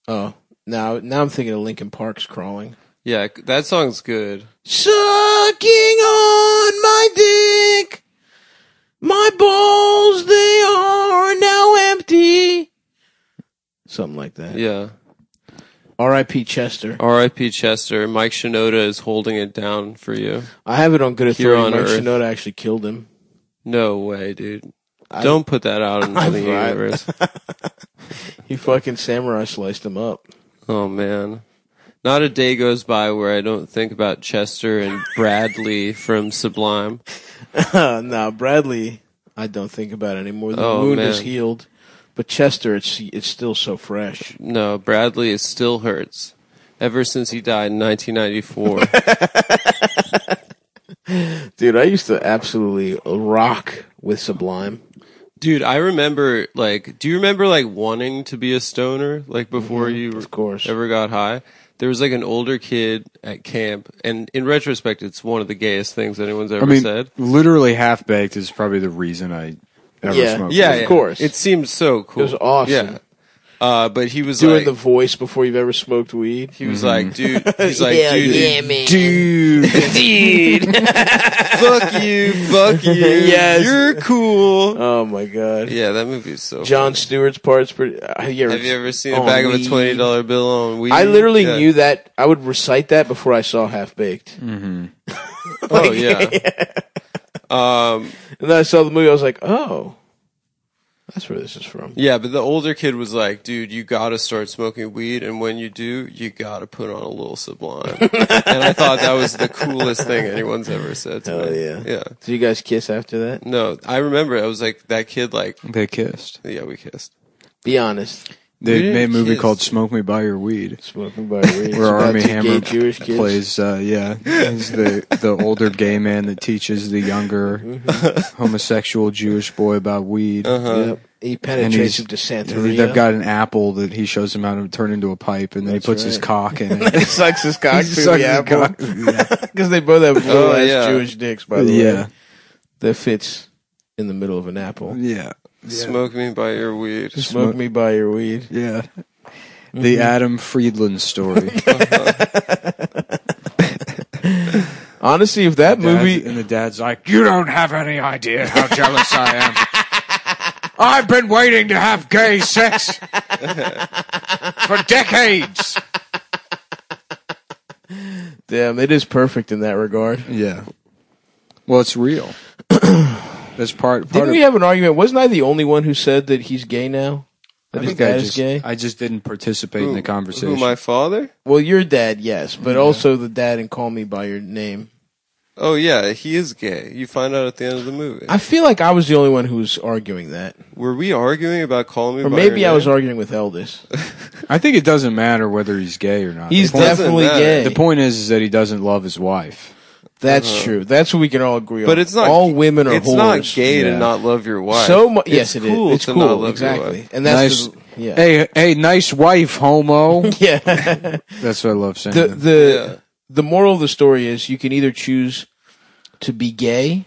Speaker 2: oh now now I'm thinking of Linkin Park's crawling.
Speaker 4: yeah, that song's good.
Speaker 2: Sucking on my dick, my balls they are now empty. Something like that.
Speaker 4: Yeah.
Speaker 2: R.I.P. Chester.
Speaker 4: R.I.P. Chester. Mike Shinoda is holding it down for you.
Speaker 2: I have it on good
Speaker 4: Here
Speaker 2: authority. Mike
Speaker 4: on Earth.
Speaker 2: Shinoda actually killed him.
Speaker 4: No way, dude. Don't put that out into
Speaker 2: I'm
Speaker 4: the
Speaker 2: right.
Speaker 4: universe.
Speaker 2: He fucking samurai sliced him up.
Speaker 4: Oh man. Not a day goes by where I don't think about Chester and Bradley from Sublime.
Speaker 2: Uh, now Bradley, I don't think about it anymore. The
Speaker 4: Oh,
Speaker 2: wound
Speaker 4: man.
Speaker 2: is healed, but Chester, it's it's still so fresh.
Speaker 4: No, Bradley is still hurts. Ever since he died in 1994.
Speaker 2: Dude, I used to absolutely rock with Sublime.
Speaker 4: Dude, I remember like do you remember like wanting to be a stoner like before you
Speaker 2: Mm-hmm. Of course.
Speaker 4: ever got high? There was like an older kid at camp and in retrospect it's one of the gayest things anyone's ever
Speaker 3: I mean,
Speaker 4: said.
Speaker 3: literally half baked is probably the reason I ever
Speaker 2: Yeah.
Speaker 3: smoked.
Speaker 4: Yeah,
Speaker 3: weed.
Speaker 2: of
Speaker 4: yeah.
Speaker 2: course.
Speaker 4: It seemed so cool.
Speaker 2: was awesome.
Speaker 4: Yeah. Uh, but he was
Speaker 2: Doing
Speaker 4: like,
Speaker 2: the voice before you've ever smoked weed.
Speaker 4: He was like, dude, he's like,
Speaker 2: Yeah,
Speaker 4: dude,
Speaker 2: yeah,
Speaker 4: dude, fuck you, fuck you,
Speaker 2: Yes.
Speaker 4: you're cool.
Speaker 2: Oh my god.
Speaker 4: Yeah, that movie is so.
Speaker 2: John Stewart's parts pretty. Uh, have you
Speaker 4: funny.
Speaker 2: ever,
Speaker 4: Have you ever seen a
Speaker 2: on
Speaker 4: bag of a
Speaker 2: weed?
Speaker 4: twenty dollar bill on weed?
Speaker 2: I literally
Speaker 4: Yeah.
Speaker 2: knew that. I would recite that before I saw Half Baked.
Speaker 4: Mm. Oh yeah. um.
Speaker 2: And then I saw the movie. I was like, oh, that's where this is from.
Speaker 4: Yeah, but the older kid was like, dude, you gotta start smoking weed, and when you do, you gotta put on a little Sublime. and I thought that was the coolest thing anyone's ever said to
Speaker 2: Hell
Speaker 4: me.
Speaker 2: yeah.
Speaker 4: Yeah.
Speaker 2: Did you guys kiss after that?
Speaker 4: No, I remember. I was like that kid. Like,
Speaker 3: They kissed.
Speaker 4: yeah, we kissed.
Speaker 2: Be honest.
Speaker 3: They
Speaker 4: didn't
Speaker 3: made a movie
Speaker 4: kiss.
Speaker 3: called "Smoke Me by Your Weed,"
Speaker 2: Smoking by weed.
Speaker 3: where Army
Speaker 2: Army
Speaker 3: Hammer
Speaker 2: Jewish kids.
Speaker 3: plays. Uh, yeah, he's the the older gay man that teaches the younger
Speaker 2: Mm-hmm.
Speaker 3: homosexual Jewish boy about weed.
Speaker 2: Yep. Uh-huh. He
Speaker 3: And
Speaker 2: penetrates him to
Speaker 3: he's-
Speaker 2: Santeria.
Speaker 3: They've got an apple that he shows him how to turn into a pipe, and then
Speaker 2: That's
Speaker 3: he puts his
Speaker 2: right.
Speaker 3: cock in it.
Speaker 2: sucks his cock
Speaker 3: He
Speaker 2: through
Speaker 3: sucks his
Speaker 2: the apple. Oh,
Speaker 3: cock- yeah.
Speaker 2: Because they both have little ass
Speaker 4: yeah.
Speaker 2: Jewish dicks, by the way.
Speaker 3: yeah,
Speaker 2: That fits in the middle of an apple.
Speaker 3: yeah,
Speaker 4: Smoke me by your weed.
Speaker 2: Smoke me by your weed.
Speaker 3: yeah. The
Speaker 2: Mm-hmm.
Speaker 3: Adam Friedland story.
Speaker 2: Honestly, if that
Speaker 3: movie,
Speaker 2: movie,
Speaker 3: and the dad's like, "You don't have any idea how jealous I am. I've been waiting to have gay sex for decades."
Speaker 2: damn, it is perfect in that regard.
Speaker 3: Yeah. Well, it's real. That's part. part
Speaker 2: Didn't
Speaker 3: of,
Speaker 2: we have an argument? Wasn't I the only one who said that he's gay now? That
Speaker 3: I
Speaker 2: his
Speaker 3: think I
Speaker 2: dad is
Speaker 3: just,
Speaker 2: gay?
Speaker 3: I just didn't participate in the conversation.
Speaker 4: Who, my father?
Speaker 2: Well, your dad, yes, but also the dad and call me by your name.
Speaker 4: Oh yeah, he is gay. You find out at the end of the movie.
Speaker 2: I feel like I was the only one who was arguing that,
Speaker 4: Were we arguing about calling me?
Speaker 2: or
Speaker 4: by
Speaker 2: maybe
Speaker 4: your
Speaker 2: I was
Speaker 4: name?
Speaker 2: arguing with Eldis.
Speaker 3: I think it doesn't matter whether he's gay or not.
Speaker 2: He's
Speaker 3: the, point,
Speaker 4: doesn't
Speaker 2: definitely
Speaker 4: matter.
Speaker 2: gay.
Speaker 3: the point is, is that he doesn't love his wife.
Speaker 2: That's true. That's what we can all agree on.
Speaker 4: Uh-huh. But it's not.
Speaker 2: all women are
Speaker 4: It's
Speaker 2: whores.
Speaker 4: not gay
Speaker 3: Yeah.
Speaker 4: to not love your wife.
Speaker 2: So mu-
Speaker 4: It's
Speaker 2: yes, it is.
Speaker 4: cool
Speaker 2: It's
Speaker 4: to
Speaker 2: cool,
Speaker 4: not love Your
Speaker 2: exactly.
Speaker 4: wife.
Speaker 2: And that's
Speaker 3: Nice.
Speaker 2: the- yeah,
Speaker 3: Hey, hey, nice wife, homo.
Speaker 2: yeah.
Speaker 3: That's what I love saying.
Speaker 2: the the
Speaker 4: Yeah.
Speaker 2: the moral of the story is you can either choose to be gay,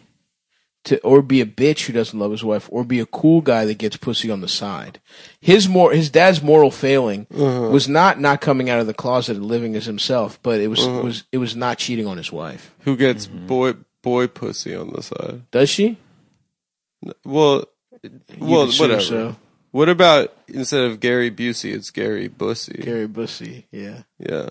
Speaker 2: to or be a bitch who doesn't love his wife, or be a cool guy that gets pussy on the side. His more his dad's moral failing was not not coming out of the closet and living as himself, but it was was it was not cheating on his wife.
Speaker 4: Who gets
Speaker 2: Mm-hmm.
Speaker 4: boy boy pussy on the side?
Speaker 2: Does she?
Speaker 4: Well,
Speaker 2: You
Speaker 4: well,
Speaker 2: assume
Speaker 4: whatever.
Speaker 2: So.
Speaker 4: What about instead of Gary Busey, it's Gary Bussy?
Speaker 2: Gary Bussy, yeah.
Speaker 4: Yeah.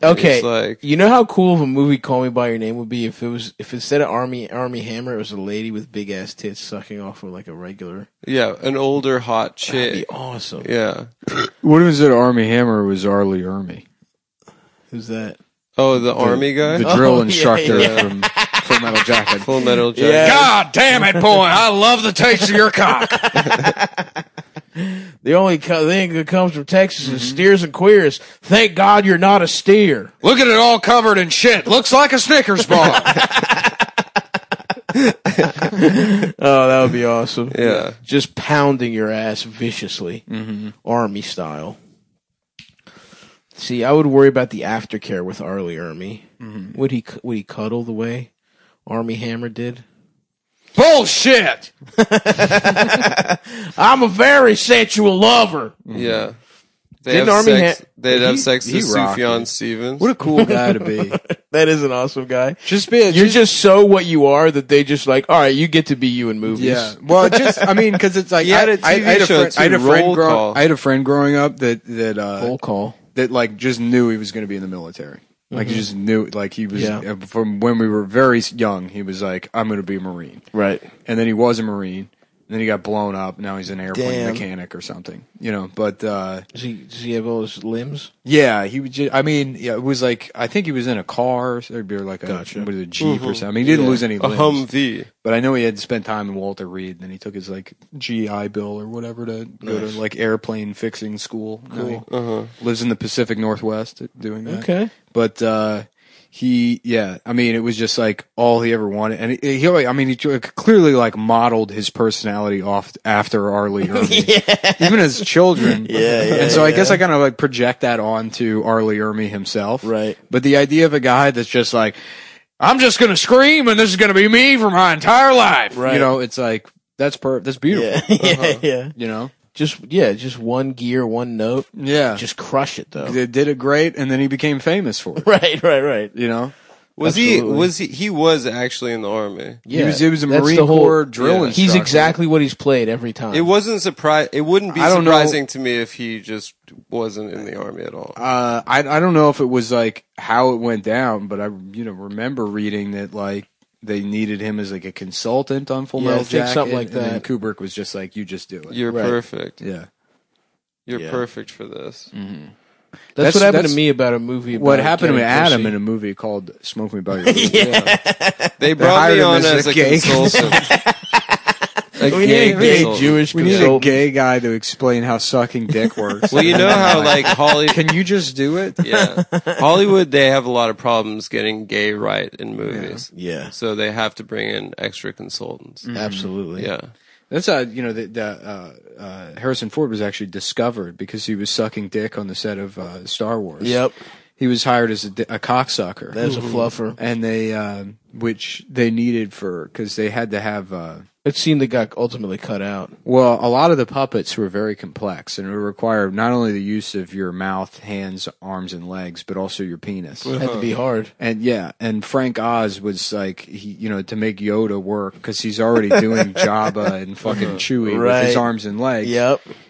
Speaker 2: Okay,
Speaker 4: It's like-
Speaker 2: you know how cool of a movie "Call Me by Your Name" would be if it was if instead of Army Army Hammer, it was a lady with big ass tits sucking off of like a regular.
Speaker 4: Yeah, an older hot
Speaker 2: That'd be
Speaker 4: chick.
Speaker 2: awesome.
Speaker 4: Yeah.
Speaker 3: What was it? Army Hammer was Arlie Ermy,
Speaker 2: Who's that?
Speaker 4: Oh, the army guy.
Speaker 3: the
Speaker 2: Oh,
Speaker 3: drill
Speaker 2: yeah,
Speaker 3: instructor
Speaker 2: yeah.
Speaker 3: from Full Metal Jacket.
Speaker 4: Full Metal Jacket.
Speaker 2: Yeah.
Speaker 5: God damn it, boy! I love the taste of your cock.
Speaker 2: The only co- thing that comes from Texas is steers and queers. Thank God you're not a steer.
Speaker 5: Look at it all covered in shit. Looks like a Snickers bar.
Speaker 2: Oh, that would be awesome.
Speaker 4: Yeah.
Speaker 2: Just pounding your ass viciously, army style. See, I would worry about the aftercare with Arlie Ermy. Would he cu- would he cuddle the way Army Hammer did?
Speaker 5: Bullshit.
Speaker 2: I'm a very sensual lover.
Speaker 4: Yeah. They
Speaker 2: Didn't
Speaker 4: have
Speaker 2: Army
Speaker 4: sex,
Speaker 2: Ha-
Speaker 4: they'd have sex to
Speaker 3: he rocked
Speaker 4: Sufjan Stevens.
Speaker 3: What a cool guy to be.
Speaker 2: That is an awesome guy.
Speaker 3: Just be.
Speaker 2: You're just so what you are that they just like, all right, you get to be you in movies.
Speaker 3: Yeah. Well, just I mean, because it's like
Speaker 4: He
Speaker 3: I
Speaker 4: had a
Speaker 3: I- I
Speaker 4: TV
Speaker 3: had a
Speaker 4: show
Speaker 3: friend- I had a
Speaker 4: too,
Speaker 3: friend
Speaker 4: Roll
Speaker 3: grow-
Speaker 4: Call.
Speaker 3: I had a friend growing up that that uh,
Speaker 2: Roll call.
Speaker 3: that like just knew he was going to be in the military. Like he just knew, like he was
Speaker 2: Yeah.
Speaker 3: uh, from when we were very s- young. He was like, "I'm going to be a marine,"
Speaker 2: Right.
Speaker 3: and then he was a marine. And then he got blown up. Now he's an airplane
Speaker 2: Damn.
Speaker 3: mechanic or something, you know. But uh,
Speaker 2: Does he, does he have all his limbs?
Speaker 3: yeah, he was. Just, I mean, yeah, it was like I think he was in a car or something, or like a,
Speaker 2: Gotcha. Mm-hmm.
Speaker 3: what is it, a jeep or something. I mean, he didn't lose any
Speaker 4: a
Speaker 3: limbs,
Speaker 4: Humvee.
Speaker 3: but I know he had to spend time in Walter Reed. And then he took his like GI Bill or whatever to go to like airplane fixing school. Now he
Speaker 2: Uh-huh.
Speaker 3: Lives in the Pacific Northwest doing that.
Speaker 2: Okay.
Speaker 3: but uh he yeah i mean it was just like all he ever wanted and he, he always- i mean he t- clearly like modeled his personality off after arlie ermy even as children yeah, and so i guess i kind of like project that onto arlie ermy himself
Speaker 2: Right.
Speaker 3: but the idea of a guy that's just like
Speaker 5: I'm just gonna scream, and this is gonna be me for my entire life.
Speaker 2: Right.
Speaker 3: you know it's like that's per that's beautiful
Speaker 2: yeah, yeah.
Speaker 3: you know
Speaker 2: Uh-huh. Just yeah, just one gear, one note.
Speaker 3: yeah
Speaker 2: Just crush it though.
Speaker 3: they did it great and then he became famous for it
Speaker 2: Right, right, right.
Speaker 3: you know
Speaker 4: Was
Speaker 2: Absolutely.
Speaker 4: he? Was he? He was actually in the army.
Speaker 2: Yeah,
Speaker 3: he was he was a
Speaker 2: that's
Speaker 3: marine
Speaker 2: the whole-
Speaker 3: corps drill
Speaker 4: yeah.
Speaker 3: instructor
Speaker 2: He's exactly what he's played every time.
Speaker 4: It wasn't surprise. It wouldn't be
Speaker 3: I don't know.
Speaker 4: surprising to me if he just wasn't in the army at all.
Speaker 3: uh, I I don't know if it was like how it went down, but I you know remember reading that like they needed him as like a consultant on Full
Speaker 2: Yeah, I
Speaker 3: Metal
Speaker 2: think
Speaker 3: Jacket,
Speaker 2: something like
Speaker 3: and then
Speaker 2: that.
Speaker 3: Kubrick was just like, "You just do it."
Speaker 4: You're
Speaker 2: Right.
Speaker 4: perfect.
Speaker 3: yeah.
Speaker 4: You're
Speaker 2: Yeah.
Speaker 4: perfect for this.
Speaker 2: that's,
Speaker 3: that's-
Speaker 2: what happened
Speaker 3: that's
Speaker 2: to me about a movie. About
Speaker 3: What happened to
Speaker 2: getting
Speaker 3: Adam
Speaker 2: pussy.
Speaker 3: in a movie called "Smoke Me By Your Weed"?
Speaker 4: They brought
Speaker 3: hired
Speaker 4: me
Speaker 3: him
Speaker 4: on
Speaker 3: as
Speaker 4: as
Speaker 3: a
Speaker 4: a,
Speaker 3: gay
Speaker 4: consultant. a
Speaker 2: we
Speaker 4: gay
Speaker 2: need a gay
Speaker 4: consultant.
Speaker 2: Jewish
Speaker 3: We need a
Speaker 2: consultant.
Speaker 3: gay guy to explain how sucking dick works.
Speaker 4: Well, you know how like Hollywood,
Speaker 3: can you just do it?
Speaker 4: yeah, Hollywood, they have a lot of problems getting gay right in movies.
Speaker 2: Yeah. Mm.
Speaker 4: So they have to bring in extra consultants.
Speaker 2: Absolutely.
Speaker 4: Yeah.
Speaker 3: That's how you know that that, uh, uh, Harrison Ford was actually discovered because he was sucking dick on the set of uh, Star Wars.
Speaker 2: Yep.
Speaker 3: he was hired as a, di- a cocksucker.
Speaker 2: That's a fluffer.
Speaker 3: and they um, which they needed for because they had to have uh,
Speaker 2: It seemed they got ultimately cut out.
Speaker 3: well a lot of the puppets were very complex and it would require not only the use of your mouth hands arms and legs but also your penis
Speaker 2: Had to
Speaker 3: Uh-huh.
Speaker 2: be hard.
Speaker 3: and yeah and frank oz was like he you know to make yoda work because he's already doing jabba and fucking chewie with
Speaker 2: Right.
Speaker 3: his arms and legs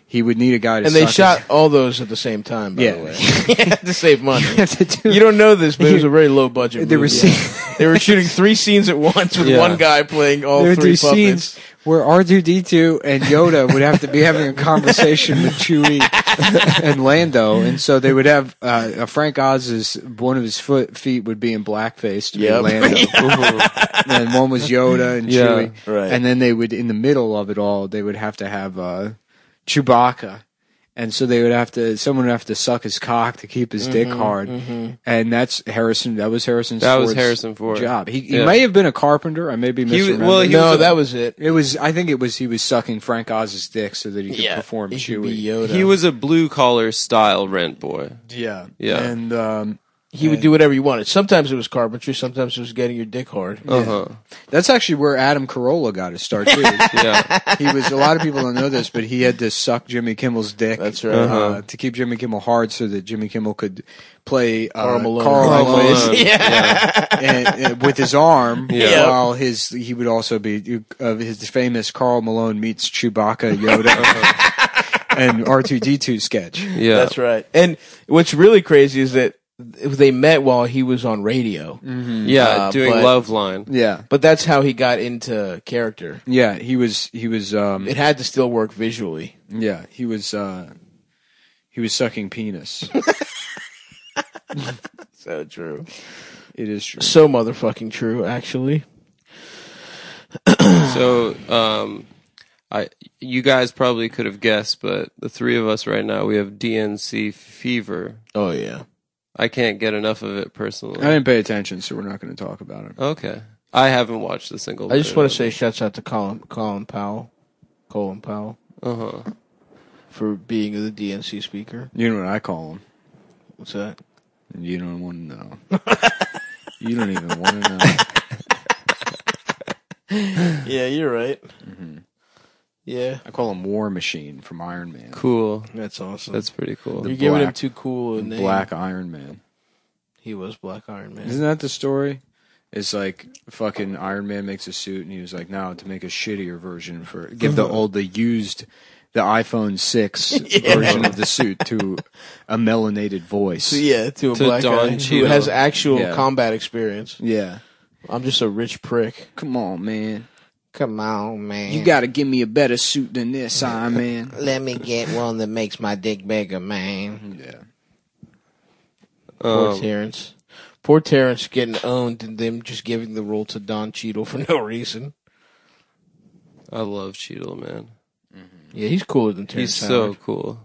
Speaker 3: he would need a guy to
Speaker 2: And they
Speaker 3: suck his-
Speaker 2: shot all those at the same time. By
Speaker 3: Yeah.
Speaker 2: the way, to save money.
Speaker 3: to do
Speaker 2: You don't know this, but it was a very low budget.
Speaker 3: There were
Speaker 2: movie.
Speaker 3: scenes-
Speaker 2: they were shooting three scenes at once with
Speaker 4: Yeah.
Speaker 2: one guy playing all
Speaker 3: there would
Speaker 2: three
Speaker 3: be
Speaker 2: puppets.
Speaker 3: scenes where R two D two and Yoda would have to be having a conversation with Chewie and Lando, and so they would have uh, uh, Frank Oz's one of his foot feet would be in blackface to
Speaker 2: Yep.
Speaker 3: be Lando, and one was Yoda and
Speaker 4: Yeah,
Speaker 3: Chewie,
Speaker 2: right.
Speaker 3: and then they would in the middle of it all they would have to have uh, Chewbacca. And so they would have to, someone would have to suck his cock to keep his dick hard, and that's Harrison. That was Harrison.
Speaker 4: Mm-hmm, That was
Speaker 3: Ford's
Speaker 4: Harrison Ford.
Speaker 3: Job. He, he
Speaker 4: Yeah.
Speaker 3: may have been a carpenter. I may be
Speaker 4: He w-
Speaker 3: misremembering.
Speaker 4: well, he
Speaker 2: no,
Speaker 4: was a-
Speaker 2: that was it.
Speaker 3: It was. I think it was. He was sucking Frank Oz's dick so that he could perform
Speaker 2: he could
Speaker 3: Chewie.
Speaker 2: be Yoda.
Speaker 4: He was a blue collar style rent boy.
Speaker 3: yeah,
Speaker 4: Yeah.
Speaker 3: And um,
Speaker 2: He would do whatever you wanted. Sometimes it was carpentry. Sometimes it was getting your dick hard.
Speaker 3: Oh,
Speaker 4: Uh huh.
Speaker 3: that's actually where Adam Carolla got his start too.
Speaker 4: Yeah.
Speaker 3: he was. A lot of people don't know this, but he had to suck Jimmy Kimmel's dick.
Speaker 2: That's right.
Speaker 3: uh,
Speaker 4: Uh-huh.
Speaker 3: to keep Jimmy Kimmel hard so that Jimmy Kimmel could play uh,
Speaker 2: Carl
Speaker 3: Carl
Speaker 2: Malone.
Speaker 3: Malone,
Speaker 2: Carl
Speaker 4: Malone.
Speaker 3: and, and with his arm.
Speaker 4: Yeah.
Speaker 3: While his he would also be uh, his famous Carl Malone meets Chewbacca Yoda.
Speaker 4: Uh-huh.
Speaker 3: And R two D two sketch.
Speaker 4: Yeah.
Speaker 2: That's right. And what's really crazy is that they met while he was on radio.
Speaker 3: Mm.
Speaker 4: Yeah.
Speaker 2: Uh,
Speaker 4: doing
Speaker 2: but-
Speaker 4: Love Line.
Speaker 3: Yeah,
Speaker 2: But that's how he got into character.
Speaker 3: yeah. He was he was um,
Speaker 2: It had to still work visually.
Speaker 3: Yeah, he was uh he was sucking penis.
Speaker 2: So true.
Speaker 3: it is true.
Speaker 2: So motherfucking true, actually.
Speaker 4: So, um, I you guys probably could have guessed, but the three of us right now we have DNC fever.
Speaker 2: Oh yeah.
Speaker 4: I can't get enough of it
Speaker 3: I
Speaker 4: personally.
Speaker 3: didn't pay attention, so we're not going to talk about it.
Speaker 4: okay, I haven't watched a single.
Speaker 2: I just want to
Speaker 4: to.
Speaker 2: say shouts out to Colin Colin Powell, Colin Powell
Speaker 4: Uh huh.
Speaker 2: for being the DNC speaker.
Speaker 3: You know what I call him?
Speaker 2: What's that?
Speaker 3: You don't want to know. you don't even want to know.
Speaker 2: Yeah, you're right.
Speaker 3: Mm-hmm.
Speaker 2: Yeah,
Speaker 3: I call him War Machine from Iron Man.
Speaker 4: Cool.
Speaker 2: that's awesome.
Speaker 4: That's pretty cool.
Speaker 2: you're giving him
Speaker 3: black-
Speaker 2: too cool a name.
Speaker 3: Black Iron Man.
Speaker 2: He was Black Iron Man.
Speaker 3: Isn't that the story? It's like fucking Iron Man makes a suit, and he was like, "No, to make a shittier version for give the old the used the iPhone six version of the suit to a melanated voice."
Speaker 2: So, yeah, to a
Speaker 4: To
Speaker 2: black
Speaker 4: Don
Speaker 2: guy who
Speaker 4: Cheadle.
Speaker 2: has actual
Speaker 3: Yeah.
Speaker 2: combat experience.
Speaker 3: yeah.
Speaker 2: I'm just a rich prick.
Speaker 3: Come on, man.
Speaker 2: Come on, man.
Speaker 3: You got to give me a better suit than this, Iron Man.
Speaker 2: Let me get one that makes my dick bigger, man.
Speaker 3: Yeah.
Speaker 2: Poor
Speaker 4: Um,
Speaker 2: Terrence. Poor Terrence getting owned and them just giving the role to Don Cheadle for no reason.
Speaker 4: I love Cheadle, man.
Speaker 2: Yeah, he's cooler than Terrence.
Speaker 4: He's so
Speaker 2: Howard.
Speaker 4: cool.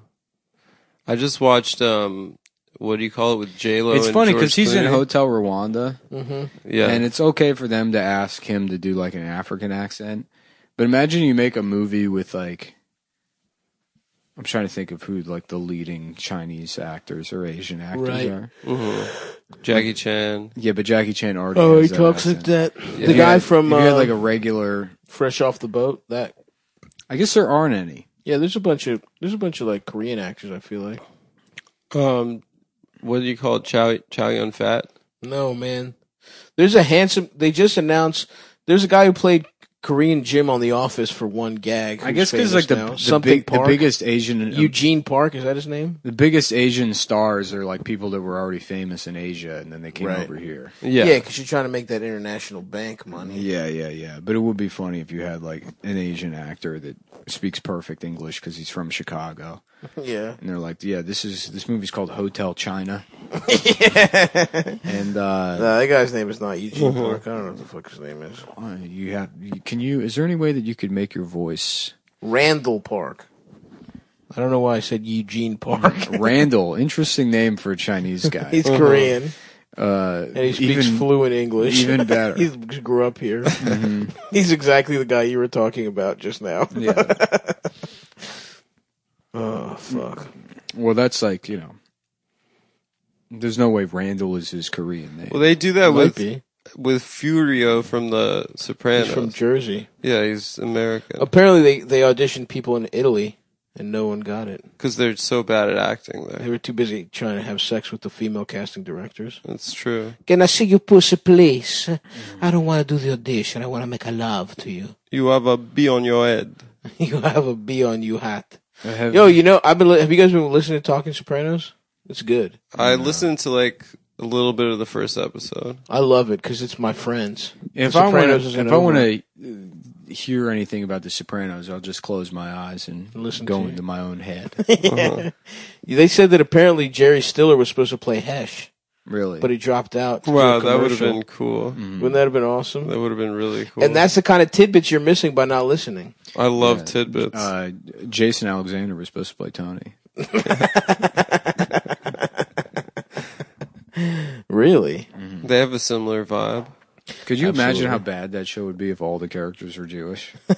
Speaker 4: I just watched um, what do you call it with J Lo?
Speaker 3: It's funny because he's in Hotel Rwanda,
Speaker 4: Yeah,
Speaker 3: and it's okay for them to ask him to do like an African accent. But imagine you make a movie with like, I'm trying to think of who like the leading Chinese actors or Asian actors
Speaker 2: Right.
Speaker 3: are.
Speaker 4: Mm-hmm. Jackie Chan.
Speaker 3: Yeah, but Jackie Chan already.
Speaker 2: Oh, he
Speaker 3: has that
Speaker 2: talks like
Speaker 3: accent.
Speaker 2: that. The
Speaker 3: If you
Speaker 2: guy
Speaker 3: had- if
Speaker 2: from uh,
Speaker 3: you had like a regular.
Speaker 2: Fresh Off the Boat. That
Speaker 3: I guess there aren't any.
Speaker 2: yeah. There's a bunch of there's a bunch of like Korean actors. I feel like
Speaker 4: Um, what do you call it? Chow Chow Yun Fat?
Speaker 2: no man. There's a handsome. They just announced there's a guy who played Korean Jim on The Office for one gag.
Speaker 3: I
Speaker 2: who's
Speaker 3: guess because
Speaker 2: famous
Speaker 3: like the
Speaker 2: now.
Speaker 3: the,
Speaker 2: something
Speaker 3: big, the
Speaker 2: Park.
Speaker 3: biggest Asian
Speaker 2: Eugene Park is that his name?
Speaker 3: the biggest Asian stars are like people that were already famous in Asia and then they came
Speaker 2: Right.
Speaker 3: over here.
Speaker 4: Yeah.
Speaker 2: Yeah, because you're trying to make that international bank money.
Speaker 3: Yeah, yeah, yeah. But it would be funny if you had like an Asian actor that speaks perfect English because he's from Chicago,
Speaker 2: Yeah.
Speaker 3: and they're like, "Yeah, this is this movie's called Hotel China," and uh,
Speaker 2: No, that guy's name is not Eugene Park. I don't know what the fuck his name is.
Speaker 3: you have can you is there any way that you could make your voice
Speaker 2: Randall Park. I don't know why I said Eugene Park.
Speaker 3: Randall? Interesting name for a Chinese guy.
Speaker 2: he's Korean
Speaker 3: uh,
Speaker 2: and he speaks
Speaker 3: even-
Speaker 2: fluent English.
Speaker 3: even better. Mm-hmm.
Speaker 2: he grew up here. he's exactly the guy you were talking about just now.
Speaker 3: Yeah.
Speaker 2: Oh fuck.
Speaker 3: Well, that's like you know. There's no way Randall is his Korean name.
Speaker 4: Well, they do that
Speaker 2: Might
Speaker 4: with
Speaker 2: be.
Speaker 4: with Furio from the Sopranos.
Speaker 2: He's from Oh. Jersey.
Speaker 4: yeah, he's American
Speaker 2: Apparently, they they auditioned people in Italy and no one got it.
Speaker 4: because they're so bad at acting.
Speaker 2: They
Speaker 4: There,
Speaker 2: were too busy trying to have sex with the female casting directors.
Speaker 4: that's true.
Speaker 2: Can I see you pussy, please? I don't want to do the audition. I want to make a love to you.
Speaker 4: You have a bee on your head.
Speaker 2: you have a bee on you hat.
Speaker 3: I have-
Speaker 2: Yo, you know, I've been. Li- have you guys been listening to Talking Sopranos? It's good.
Speaker 4: I listened to like a little bit of the first episode.
Speaker 2: I love it because it's my friends.
Speaker 3: if
Speaker 2: The
Speaker 3: I want
Speaker 2: Sopranos
Speaker 3: to,
Speaker 2: isn't
Speaker 3: if I want
Speaker 2: over.
Speaker 3: to hear anything about the Sopranos, I'll just close my eyes and
Speaker 2: Listen
Speaker 3: go
Speaker 2: to you.
Speaker 3: into my own head. Uh-huh.
Speaker 2: they said that apparently Jerry Stiller was supposed to play Hesh,
Speaker 3: Really,
Speaker 2: but he dropped out. to do a
Speaker 4: Wow, that would have
Speaker 2: commercial.
Speaker 4: been cool. Hmm.
Speaker 2: Wouldn't that have been awesome?
Speaker 4: That would have been really cool.
Speaker 2: And that's the kind of tidbits you're missing by not listening.
Speaker 4: I love tidbits.
Speaker 3: uh, Jason Alexander was supposed to play Tony.
Speaker 2: Really?
Speaker 4: they have a similar vibe.
Speaker 3: Could you
Speaker 2: Absolutely.
Speaker 3: imagine how bad that show would be if all the characters were Jewish?
Speaker 4: I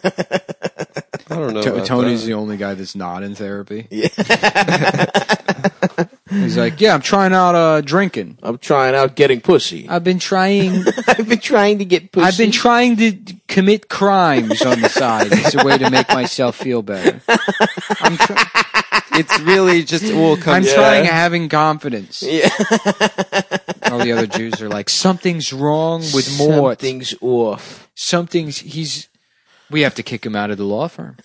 Speaker 2: Oh,
Speaker 4: don't know.
Speaker 3: To-
Speaker 4: about
Speaker 3: Tony's
Speaker 4: that.
Speaker 3: the only guy that's not in therapy. Yeah. He's like, yeah, I'm trying out uh, drinking.
Speaker 2: I'm trying out getting pussy.
Speaker 3: I've been trying.
Speaker 2: I've been trying to get pussy.
Speaker 3: I've been trying to d- commit crimes on the side. It's a way to make myself feel better. I'm, tr-
Speaker 4: it's really just well.
Speaker 3: I'm
Speaker 4: Comes
Speaker 3: trying
Speaker 4: back.
Speaker 3: having confidence.
Speaker 2: Yeah.
Speaker 3: All the other Jews are like, something's wrong with Mort.
Speaker 2: Something's off.
Speaker 3: Something's he's. We have to kick him out of the law firm.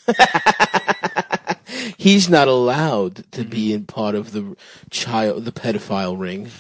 Speaker 2: He's not allowed to be
Speaker 3: Mm-hmm.
Speaker 2: in part of the child, the pedophile ring.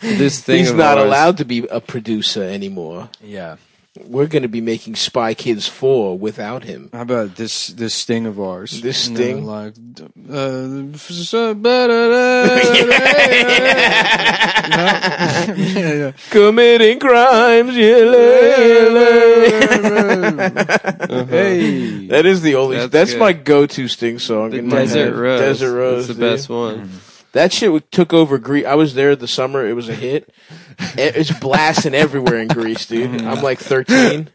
Speaker 4: this thing.
Speaker 2: He's
Speaker 4: of
Speaker 2: not
Speaker 4: ours.
Speaker 2: allowed to be a producer anymore.
Speaker 3: Yeah.
Speaker 2: We're going to be making Spy Kids 4 without him.
Speaker 3: How about this this sting of ours?
Speaker 2: This
Speaker 3: And then,
Speaker 2: sting?
Speaker 3: like, uh,
Speaker 2: Committing crimes, yellow.
Speaker 3: hey,
Speaker 2: That is the only. That's,
Speaker 4: That's good.
Speaker 2: my go-to Sting song.
Speaker 4: The
Speaker 2: in my
Speaker 4: Desert
Speaker 2: head.
Speaker 4: Rose.
Speaker 2: Desert Rose.
Speaker 4: That's the
Speaker 2: dude.
Speaker 4: best one.
Speaker 2: That shit w- took over Greece. I was there the summer it was a hit. It- It's blasting everywhere in Greece, dude.
Speaker 4: Mm-hmm.
Speaker 2: I'm like 13.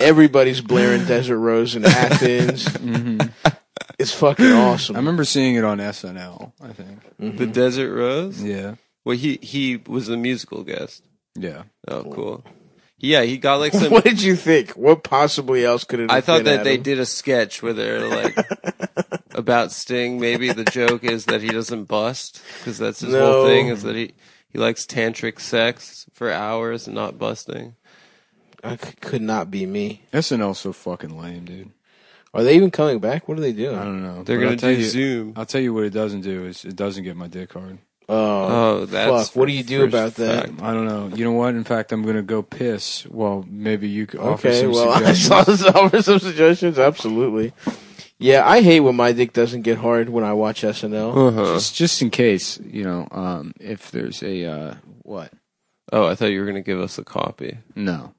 Speaker 2: Everybody's blaring Desert Rose in Athens.
Speaker 4: Mm-hmm.
Speaker 2: It's fucking awesome.
Speaker 3: I remember seeing it on SNL. I think.
Speaker 2: Mm-hmm.
Speaker 4: The Desert Rose.
Speaker 3: Yeah,
Speaker 4: Well, he he was the musical guest.
Speaker 3: yeah.
Speaker 4: Oh, cool. Yeah, he got like some.
Speaker 2: what did you think? What possibly else could it? Have
Speaker 4: I thought
Speaker 2: been,
Speaker 4: that they
Speaker 2: Adam?
Speaker 4: did a sketch where they're like about Sting. Maybe the joke is that he doesn't bust because that's his
Speaker 2: No.
Speaker 4: whole thing is that he he likes tantric sex for hours and not busting.
Speaker 2: I c- could not be me.
Speaker 3: SNL's so fucking lame, dude.
Speaker 2: Are they even coming back? What are they doing?
Speaker 3: I don't know.
Speaker 4: They're
Speaker 3: But I'll tell
Speaker 4: gonna do
Speaker 3: you, uh,
Speaker 4: Zoom.
Speaker 3: I'll tell you what it doesn't do is it doesn't get my dick hard.
Speaker 2: Oh,
Speaker 4: oh, that's
Speaker 2: fuck! What do you do
Speaker 4: for
Speaker 2: about that?
Speaker 4: fact.
Speaker 3: I don't know. You know what? In fact, I'm gonna go piss. Well, maybe you could offer
Speaker 2: Okay,
Speaker 3: some
Speaker 2: well, I
Speaker 3: suggestions.
Speaker 2: saw this offer some suggestions. Absolutely. Yeah, I hate when my dick doesn't get hard when I watch SNL.
Speaker 4: Uh-huh.
Speaker 5: Just, just in case, you know, um, if there's a uh, what?
Speaker 4: Oh, I thought you were gonna give us a copy.
Speaker 5: No,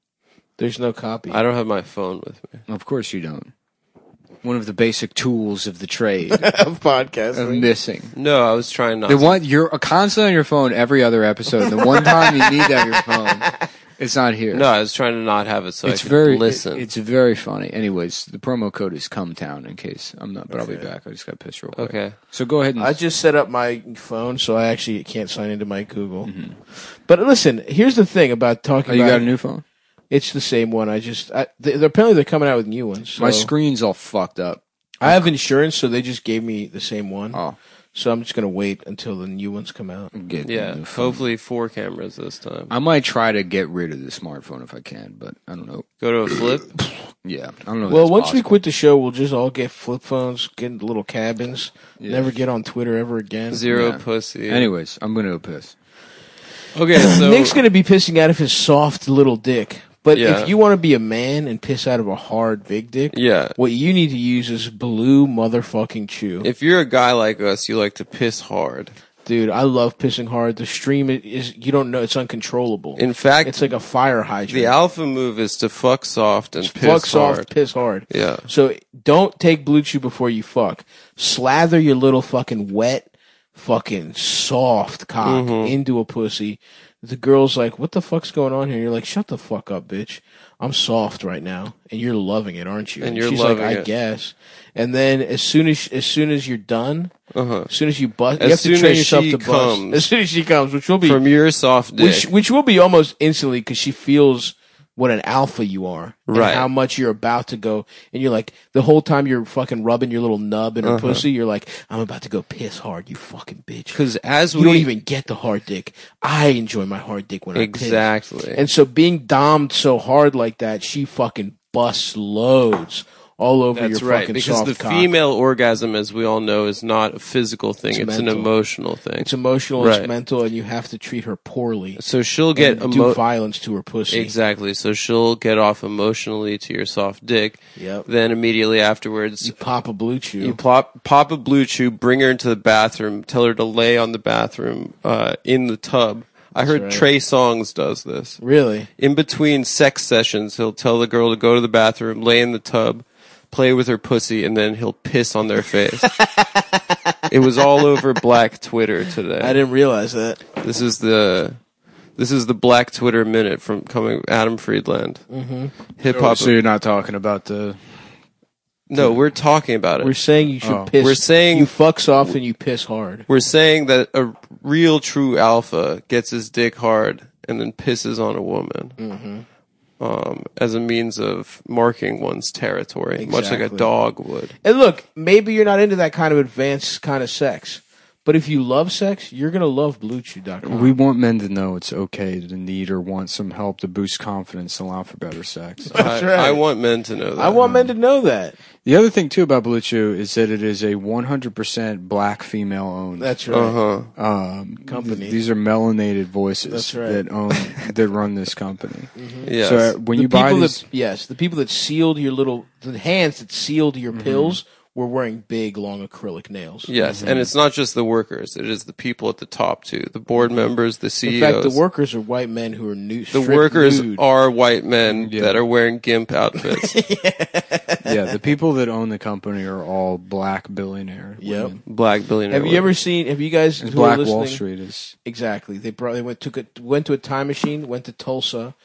Speaker 2: There's no copy.
Speaker 4: I don't have my phone with me.
Speaker 5: of course you don't. One of the basic tools of the trade
Speaker 2: of
Speaker 5: of
Speaker 2: podcasting.
Speaker 5: missing.
Speaker 4: No, I was trying not.
Speaker 5: The
Speaker 4: to.
Speaker 5: one you're a constant on your phone every other episode. and The one time you need to have your phone, it's not here.
Speaker 4: No, I was trying to not have it so
Speaker 5: it's
Speaker 4: I could
Speaker 5: very
Speaker 4: listen.
Speaker 5: it- it's very funny. Anyways, the promo code is come town in case I'm not, but I'll be back. I just got pissed real quick.
Speaker 4: okay.
Speaker 5: So go ahead and
Speaker 2: I just set up my phone, so I actually can't sign into my Google. But listen, here's the thing about talking
Speaker 5: oh, you
Speaker 2: about
Speaker 5: got a new phone.
Speaker 2: it's the same one. I just I, they, they're- apparently they're coming out with new ones. So
Speaker 5: My screen's all fucked up.
Speaker 2: I have insurance, so they just gave me the same one.
Speaker 5: Oh.
Speaker 2: So I'm just gonna wait until the new ones come out.
Speaker 5: Get a
Speaker 4: Yeah.
Speaker 5: new phone.
Speaker 4: Hopefully, four cameras this time.
Speaker 5: I might try to get rid of the smartphone if I can, but I don't know.
Speaker 4: Go to a flip.
Speaker 5: Yeah, I don't know. if
Speaker 2: Well,
Speaker 5: that's
Speaker 2: once we
Speaker 5: possible.
Speaker 2: quit the show, we'll just all get flip phones, get into little cabins,
Speaker 5: Yeah.
Speaker 2: never get on Twitter ever again.
Speaker 4: Zero
Speaker 5: Yeah.
Speaker 4: pussy.
Speaker 5: Anyways, I'm gonna go piss.
Speaker 4: Okay, so
Speaker 2: Nick's gonna be pissing out of his soft little dick. But
Speaker 4: Yeah.
Speaker 2: if you want to be a man and piss out of a hard big dick,
Speaker 4: yeah.
Speaker 2: what you need to use is blue motherfucking chew.
Speaker 4: If you're a guy like us, you like to piss hard.
Speaker 2: Dude, I love pissing hard. The stream i- is you don't know it's uncontrollable.
Speaker 4: In fact,
Speaker 2: it's like a fire hydrant.
Speaker 4: the alpha move is to fuck soft and piss
Speaker 2: fuck
Speaker 4: hard.
Speaker 2: soft, piss hard.
Speaker 4: Yeah.
Speaker 2: So don't take blue chew before you fuck. Slather your little fucking wet, fucking soft cock
Speaker 4: Mm-hmm.
Speaker 2: into a pussy. The girl's like, "What the fuck's going on here?" You're like, "Shut the fuck up, bitch. I'm soft right now, and you're loving it, aren't you?"
Speaker 4: And you're
Speaker 2: she's
Speaker 4: loving
Speaker 2: like, "I
Speaker 4: it.
Speaker 2: guess." And then as soon as as soon as you're done,
Speaker 4: Uh-huh.
Speaker 2: as soon as you bust, you
Speaker 4: As
Speaker 2: have to
Speaker 4: soon
Speaker 2: train
Speaker 4: as
Speaker 2: yourself
Speaker 4: she
Speaker 2: to bust.
Speaker 4: comes.
Speaker 2: As soon as she comes, which will be
Speaker 4: From your soft dick.
Speaker 2: which which will be almost instantly because she feels what an alpha you are, and
Speaker 4: Right.
Speaker 2: How much you're about to go, and you're like the whole time you're fucking rubbing your little nub in her
Speaker 4: Uh-huh.
Speaker 2: pussy. You're like, I'm about to go piss hard, you fucking bitch.
Speaker 4: Because as
Speaker 2: You
Speaker 4: we
Speaker 2: don't even get the hard dick. I enjoy my hard dick when I piss.
Speaker 4: exactly
Speaker 2: And so being dommed so hard like that, she fucking busts loads all over
Speaker 4: that's
Speaker 2: your
Speaker 4: right
Speaker 2: fucking
Speaker 4: because
Speaker 2: soft
Speaker 4: the
Speaker 2: cock.
Speaker 4: female orgasm, as we all know, is not a physical thing; it's, an
Speaker 2: mental.
Speaker 4: emotional thing.
Speaker 2: it's emotional, it's
Speaker 4: Right.
Speaker 2: mental, and you have to treat her poorly.
Speaker 4: so she'll
Speaker 2: and
Speaker 4: get
Speaker 2: do
Speaker 4: emo-
Speaker 2: violence to her pussy.
Speaker 4: exactly. So she'll get off emotionally to your soft dick.
Speaker 2: Yep.
Speaker 4: Then immediately afterwards,
Speaker 2: You pop a blue chew.
Speaker 4: You plop, pop a blue chew, bring her into the bathroom, tell her to lay on the bathroom uh, in the tub. I heard
Speaker 2: right.
Speaker 4: Trey Songs does this.
Speaker 2: really?
Speaker 4: In between sex sessions, he'll tell the girl to go to the bathroom, lay in the tub, play with her pussy, and then he'll piss on their face. it was all over Black Twitter
Speaker 2: I
Speaker 4: today.
Speaker 2: didn't realize that.
Speaker 4: This is the this is the Black Twitter minute from coming Adam Friedland. Mm-hmm. Hip
Speaker 2: Oh,
Speaker 4: hop.
Speaker 3: So you're not talking about the
Speaker 4: no, we're talking about it.
Speaker 2: Oh. We're saying you should piss.
Speaker 4: We're saying-
Speaker 2: you fuck soft and you piss hard.
Speaker 4: We're saying that a real true alpha gets his dick hard and then pisses on a woman
Speaker 2: Mm-hmm.
Speaker 4: um, as a means of marking one's territory, much like a
Speaker 2: Exactly.
Speaker 4: dog would.
Speaker 2: And look, maybe you're not into that kind of advanced kind of sex, But if you love sex, you're gonna love BlueChew.com.
Speaker 3: We want men to know it's okay to need or want some help to boost confidence and allow for better sex.
Speaker 4: I,
Speaker 2: right.
Speaker 4: I want men to know that.
Speaker 2: I want men to know that.
Speaker 3: the other thing too about Blue Chew is that it is a 100% black female owned.
Speaker 2: That's right.
Speaker 4: Uh huh.
Speaker 3: um,
Speaker 2: Company.
Speaker 3: th- these are melanated voices
Speaker 2: That's right.
Speaker 3: that own that run this company.
Speaker 4: Yes.
Speaker 3: So uh, when
Speaker 2: the
Speaker 3: you buy
Speaker 2: people
Speaker 3: these,
Speaker 2: that, yes, the people that sealed your little the hands that sealed your pills were wearing big long acrylic nails.
Speaker 4: Yes, and it's not just the workers; it is the people at the top too, the board members, the CEOs.
Speaker 2: In fact, the workers are white men who are new.
Speaker 4: The workers are white men that are wearing gimp outfits.
Speaker 3: yeah, the people that own the company are all black billionaire.
Speaker 2: Yep.
Speaker 3: women.
Speaker 4: Black billionaire.
Speaker 2: Have you
Speaker 4: women.
Speaker 2: ever seen? Have you guys who are
Speaker 3: Black
Speaker 2: listening?
Speaker 3: Wall Street is
Speaker 2: Exactly. They brought. They went took a, went to a time machine. Went to Tulsa,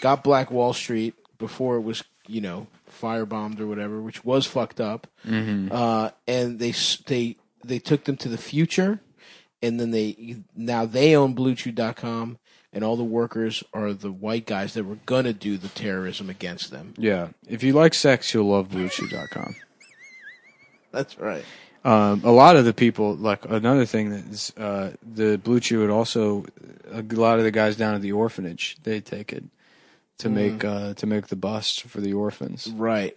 Speaker 2: got Black Wall Street before it was you know firebombed or whatever, which was fucked up.
Speaker 3: Mm-hmm.
Speaker 2: Uh, and they s- they they took them to the future, and then they now they own BlueChew.com, and all the workers are the white guys that were gonna do the terrorism against them.
Speaker 3: yeah. If you like sex, you'll love BlueChew.com.
Speaker 2: That's right.
Speaker 3: Um, a lot of the people, like another thing that's uh, the Blue Chew, it also a lot of the guys down at the orphanage they take it to make uh, to make the bust for the orphans.
Speaker 2: Mm-hmm. Right.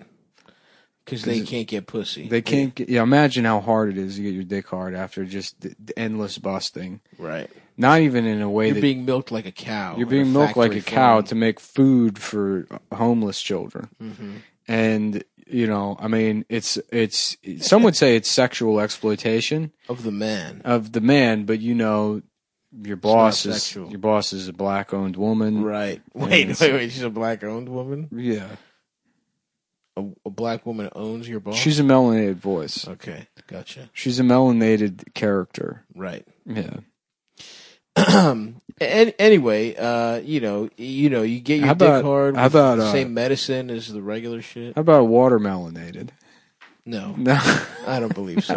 Speaker 2: Because they can't get pussy.
Speaker 3: They can't get, yeah. Imagine how hard it is to get your dick hard after just the, the endless busting.
Speaker 2: right.
Speaker 3: Not even in a way
Speaker 2: You're
Speaker 3: that
Speaker 2: being milked like a cow.
Speaker 3: you're
Speaker 2: Oh, in
Speaker 3: being milked like a
Speaker 2: factory
Speaker 3: cow
Speaker 2: farm.
Speaker 3: to make food for homeless children. And you know, I mean, it's it's some would say it's sexual exploitation
Speaker 2: of the man.
Speaker 3: of the man, but you know, your boss is
Speaker 2: sexual.
Speaker 3: your boss is a black owned woman,
Speaker 2: Right. Wait, wait, wait. She's a black owned woman?
Speaker 3: Yeah,
Speaker 2: A, a black woman owns your boss?
Speaker 3: she's a melanated voice.
Speaker 2: Okay. Gotcha.
Speaker 3: She's a melanated character.
Speaker 2: Right.
Speaker 3: Yeah.
Speaker 2: and, anyway, uh, you know, you know, you get your
Speaker 3: How about-
Speaker 2: dick hard
Speaker 3: how
Speaker 2: with
Speaker 3: about,
Speaker 2: the
Speaker 3: uh,
Speaker 2: same medicine as the regular shit.
Speaker 3: How about watermelanated?
Speaker 2: No,
Speaker 3: No,
Speaker 2: I don't believe so.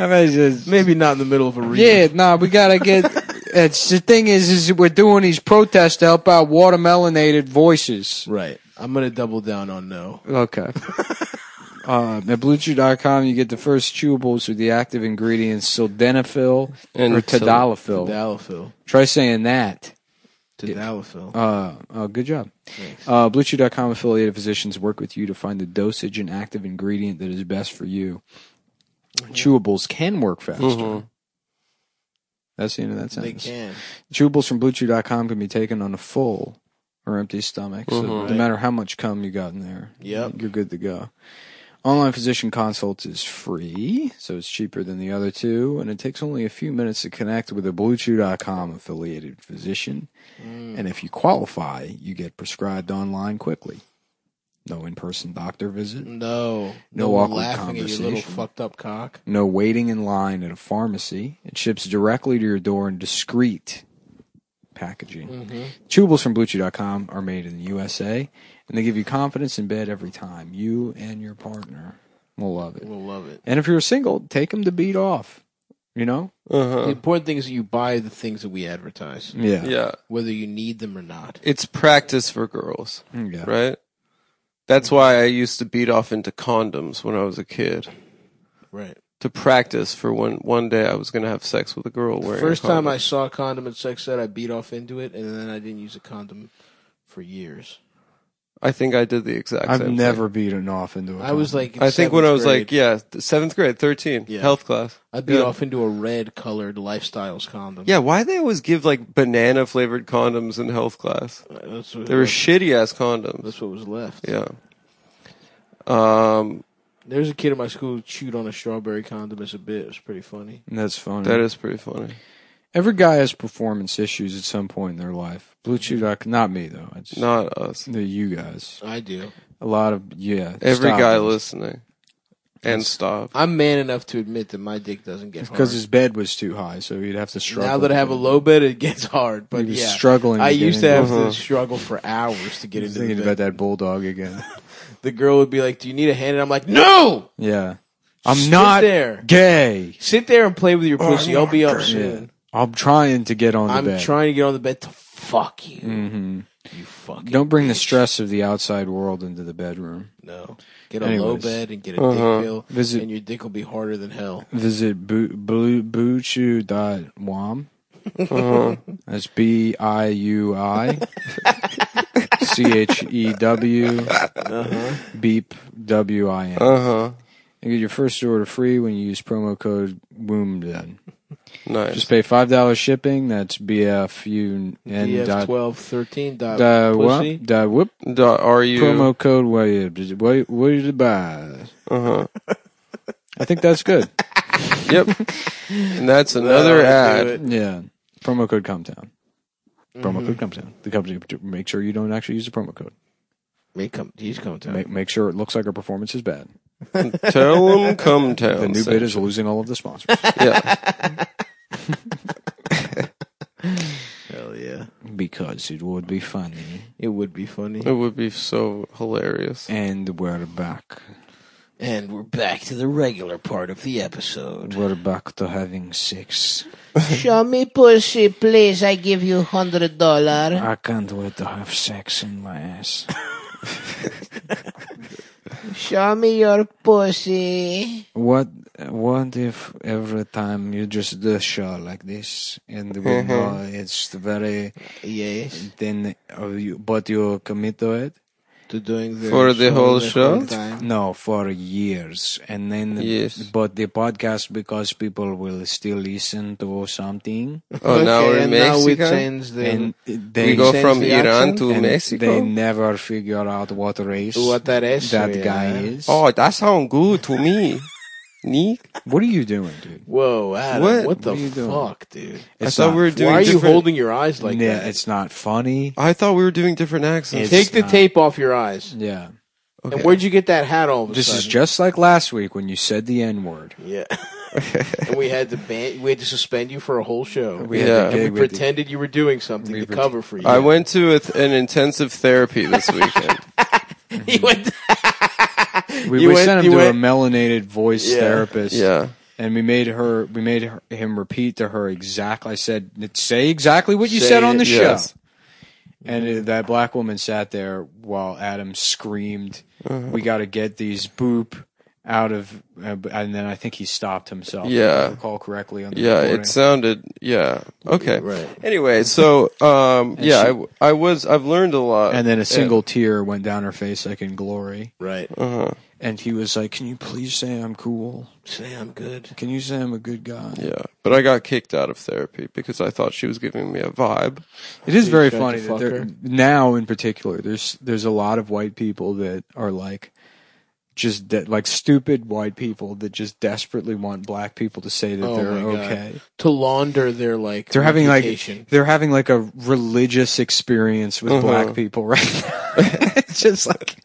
Speaker 3: I mean, just,
Speaker 2: Maybe not in the middle of a read.
Speaker 3: yeah, nah, we gotta get. It's the thing is, is we're doing these protests to help out watermelanated voices.
Speaker 2: Right. I'm going to double down on no.
Speaker 3: Okay. Um, at BlueChew.com, you get the first chewables with the active ingredients sildenafil
Speaker 4: And
Speaker 3: or
Speaker 4: sil-
Speaker 3: tadalafil.
Speaker 2: Tadalafil.
Speaker 3: Try saying that.
Speaker 2: Tadalafil.
Speaker 3: Uh, uh, good job. Uh, BlueChew.com affiliated physicians work with you to find the dosage and active ingredient that is best for you.
Speaker 2: Mm-hmm.
Speaker 3: Chewables can work faster. That's the end of that
Speaker 2: they
Speaker 3: sentence.
Speaker 2: can.
Speaker 3: Chewables from BlueChew.com can be taken on a full or empty stomach, so no matter how much cum you got in there,
Speaker 2: Yep.
Speaker 3: you're good to go. Online physician consult is free, so it's cheaper than the other two, and it takes only a few minutes to connect with a BlueChew.com affiliated physician. And if you qualify, you get prescribed online quickly. No in-person doctor visit,
Speaker 2: No.
Speaker 3: No
Speaker 2: one
Speaker 3: awkward
Speaker 2: laughing at your little
Speaker 3: conversation.
Speaker 2: fucked up cock.
Speaker 3: no waiting in line at a pharmacy. It ships directly to your door in discreet packaging.
Speaker 2: Mm-hmm.
Speaker 3: Chewables from BlueChew.com are made in the USA, and they give you confidence in bed every time. You and your partner will love it.
Speaker 2: We'll love it.
Speaker 3: And if you're single, take them to beat off. You know?
Speaker 4: Mm-hmm.
Speaker 2: The important thing is that you buy the things that we advertise,
Speaker 3: Yeah.
Speaker 4: Uh-huh. Yeah,
Speaker 2: whether you need them or not.
Speaker 4: it's practice for girls,
Speaker 3: Mm, Yeah.
Speaker 4: right? That's why I used to beat off into condoms when I was a kid
Speaker 2: Right.
Speaker 4: to practice for when one day I was going to have sex with a girl. wearing
Speaker 2: First
Speaker 4: a
Speaker 2: time
Speaker 4: condom.
Speaker 2: I saw a condom at sex ed, I beat off into it, and then I didn't use a condom for years.
Speaker 4: I think I did the exact.
Speaker 3: I've
Speaker 4: same
Speaker 3: never beaten off into a
Speaker 2: I was
Speaker 3: condom.
Speaker 2: like, in
Speaker 4: Thing. I think when
Speaker 2: seventh
Speaker 4: I was like,
Speaker 2: grade,
Speaker 4: yeah, th- seventh grade, thirteen,
Speaker 2: Yeah.
Speaker 4: health class.
Speaker 2: I beat
Speaker 4: yeah.
Speaker 2: off into a red colored lifestyles condom.
Speaker 4: Yeah, why they always give like banana flavored condoms in health class?
Speaker 2: that's what,
Speaker 4: They were shitty ass condoms.
Speaker 2: that's what was left.
Speaker 4: Yeah. Um,
Speaker 2: There's a kid in my school who chewed on a strawberry condom as a bit. It was pretty funny.
Speaker 3: That's funny.
Speaker 4: that is pretty funny.
Speaker 3: Every guy has performance issues at some point in their life. BlueChew.com, not me though. It's
Speaker 4: Not us.
Speaker 3: the you guys.
Speaker 2: I do.
Speaker 3: A lot of yeah.
Speaker 4: Every
Speaker 3: stop
Speaker 4: guy
Speaker 3: it.
Speaker 4: listening. And stop.
Speaker 2: I'm man enough to admit that my dick doesn't get
Speaker 3: because
Speaker 2: hard.
Speaker 3: his bed was too high, so he'd have to struggle.
Speaker 2: Now that I have a low bed, it gets hard. But
Speaker 3: He was
Speaker 2: yeah,
Speaker 3: struggling
Speaker 2: I
Speaker 3: to get
Speaker 2: used to
Speaker 3: in.
Speaker 2: have
Speaker 4: Uh-huh.
Speaker 2: to struggle for hours to get
Speaker 3: He's
Speaker 2: into
Speaker 3: thinking
Speaker 2: the
Speaker 3: about
Speaker 2: bed.
Speaker 3: that bulldog again.
Speaker 2: The girl would be like, "Do you need a hand?" And I'm like, "No,
Speaker 3: yeah, I'm
Speaker 2: Sit
Speaker 3: not
Speaker 2: there.
Speaker 3: gay.
Speaker 2: sit there and play with your pussy. I'll be up
Speaker 3: Yeah.
Speaker 2: soon.
Speaker 3: I'm trying to get on the
Speaker 2: I'm
Speaker 3: bed. Mm-hmm.
Speaker 2: trying to get on the bed to Fuck you. You fucking
Speaker 3: Don't bring the
Speaker 2: bitch.
Speaker 3: stress of the outside world into the bedroom.
Speaker 2: No. Get a
Speaker 3: Anyways.
Speaker 2: low bed and get a
Speaker 4: Uh-huh.
Speaker 2: dick pill,
Speaker 3: Visit-
Speaker 2: and your dick will be harder than hell.
Speaker 3: Visit bu- bu- buchu.wam.
Speaker 2: Uh-huh.
Speaker 3: That's B I U I C H E W
Speaker 2: Uh-huh.
Speaker 3: beep W I N.
Speaker 4: Uh huh.
Speaker 3: You get your first order free when you use promo code WOOMDEN.
Speaker 4: Nice.
Speaker 3: Just pay five dollars shipping. That's BFUN
Speaker 2: DF
Speaker 3: dot
Speaker 2: twelve thirteen dot
Speaker 3: da,
Speaker 2: pussy.
Speaker 3: whoop, da, whoop.
Speaker 4: Dot ru.
Speaker 3: promo code WAVE. What what did you buy?
Speaker 4: Uh-huh.
Speaker 3: I think that's good.
Speaker 4: Yep. and that's another
Speaker 2: That'll
Speaker 4: ad.
Speaker 2: do it.
Speaker 3: yeah. Promo code Comtown. Promo code Comtown. The company make sure you don't actually use the promo code.
Speaker 2: Make come, he's coming down.
Speaker 3: Make make sure it looks like our performance is bad.
Speaker 4: Tell 'em come tell.
Speaker 3: The new bid is losing all of the sponsors.
Speaker 4: Yeah.
Speaker 2: Hell yeah,
Speaker 3: because it would be funny.
Speaker 2: it would be funny.
Speaker 4: It would be so hilarious.
Speaker 3: And we're back.
Speaker 2: And we're back to the regular part of the episode.
Speaker 3: We're back to having sex.
Speaker 6: Show me pussy, please. I give you hundred dollar.
Speaker 3: I can't wait to have sex in my ass.
Speaker 6: Show me your pussy.
Speaker 3: What what if every time you just do a show like this and we know it's very
Speaker 2: Yes,
Speaker 3: then uh, you, but you commit to it
Speaker 2: to doing the
Speaker 4: For the whole show?
Speaker 2: time.
Speaker 3: no for years and then
Speaker 4: Yes.
Speaker 3: but the podcast because people will still listen to something
Speaker 4: Oh, now
Speaker 2: Okay,
Speaker 4: we're in
Speaker 2: and now we
Speaker 4: Mexico?
Speaker 2: change the
Speaker 3: and they
Speaker 4: We go
Speaker 2: change
Speaker 4: from
Speaker 2: the
Speaker 4: Iran
Speaker 2: accent
Speaker 4: to
Speaker 3: and they
Speaker 4: Mexico.
Speaker 3: never figure out what race
Speaker 2: what that is.
Speaker 3: that
Speaker 2: yeah.
Speaker 3: guy is
Speaker 4: Oh, that sounds good to me. Nick,
Speaker 3: what are you doing dude
Speaker 2: Whoa, Adam,
Speaker 4: What?
Speaker 2: what, the
Speaker 3: What are you doing?
Speaker 2: fuck, dude?
Speaker 4: I
Speaker 3: It's
Speaker 4: thought
Speaker 3: not
Speaker 4: we were
Speaker 2: Why
Speaker 4: doing.
Speaker 2: are you
Speaker 4: different-
Speaker 2: holding your eyes like
Speaker 3: yeah
Speaker 2: that?
Speaker 3: it's not funny
Speaker 4: I thought we were doing different
Speaker 3: It's
Speaker 4: accents.
Speaker 2: Take the
Speaker 3: not.
Speaker 2: tape off your eyes.
Speaker 3: yeah
Speaker 4: Okay.
Speaker 2: And where'd you get that hat all of a
Speaker 3: this
Speaker 2: sudden?
Speaker 3: is just like last week when you said the n word
Speaker 2: Yeah. and we had to ban- we had to suspend you for a whole show.
Speaker 3: we
Speaker 4: Yeah.
Speaker 3: had
Speaker 2: and
Speaker 3: the
Speaker 2: we
Speaker 3: gig with the-
Speaker 2: pretended you were doing something to cover for you.
Speaker 4: I went to a th- an intensive therapy this weekend.
Speaker 2: you went
Speaker 3: we,
Speaker 2: You
Speaker 3: we
Speaker 2: went-
Speaker 3: sent
Speaker 2: you
Speaker 3: him to
Speaker 2: went-
Speaker 3: a melanated voice
Speaker 2: Yeah.
Speaker 3: therapist
Speaker 4: yeah.
Speaker 3: and we made her we made her, him repeat to her exactly i said say exactly what you said on the
Speaker 4: yes.
Speaker 3: show and uh, that black woman sat there while adam screamed
Speaker 4: Uh-huh.
Speaker 3: we got to get these boop out of uh, b- and then i think he stopped himself if I
Speaker 4: Yeah.
Speaker 3: recall correctly on the
Speaker 4: Yeah, uh,
Speaker 3: recording.
Speaker 4: it sounded. Yeah. Okay.
Speaker 2: Right.
Speaker 4: Anyway, so um, yeah, I w I I, was. I've learned a lot.
Speaker 3: and then a single tear went down her face like in glory
Speaker 2: right.
Speaker 3: Oh.
Speaker 4: Uh-huh.
Speaker 3: and he was like can you please say i'm cool
Speaker 2: Say I'm good.
Speaker 3: can you say i'm a good guy
Speaker 4: Yeah, but I got kicked out of therapy because I thought she was giving me a vibe.
Speaker 3: It is
Speaker 2: You
Speaker 3: very
Speaker 2: tried
Speaker 3: funny
Speaker 2: to
Speaker 3: that
Speaker 2: fuck
Speaker 3: there,
Speaker 2: her?
Speaker 3: now, in particular, there's there's a lot of white people that are like just de- like stupid white people that just desperately want black people to say that
Speaker 2: Oh
Speaker 3: they're
Speaker 2: my God.
Speaker 3: okay.
Speaker 2: To launder their like
Speaker 3: They're having
Speaker 2: reputation. Uh-huh.
Speaker 3: like they're having like a religious experience with black people right now. it's just like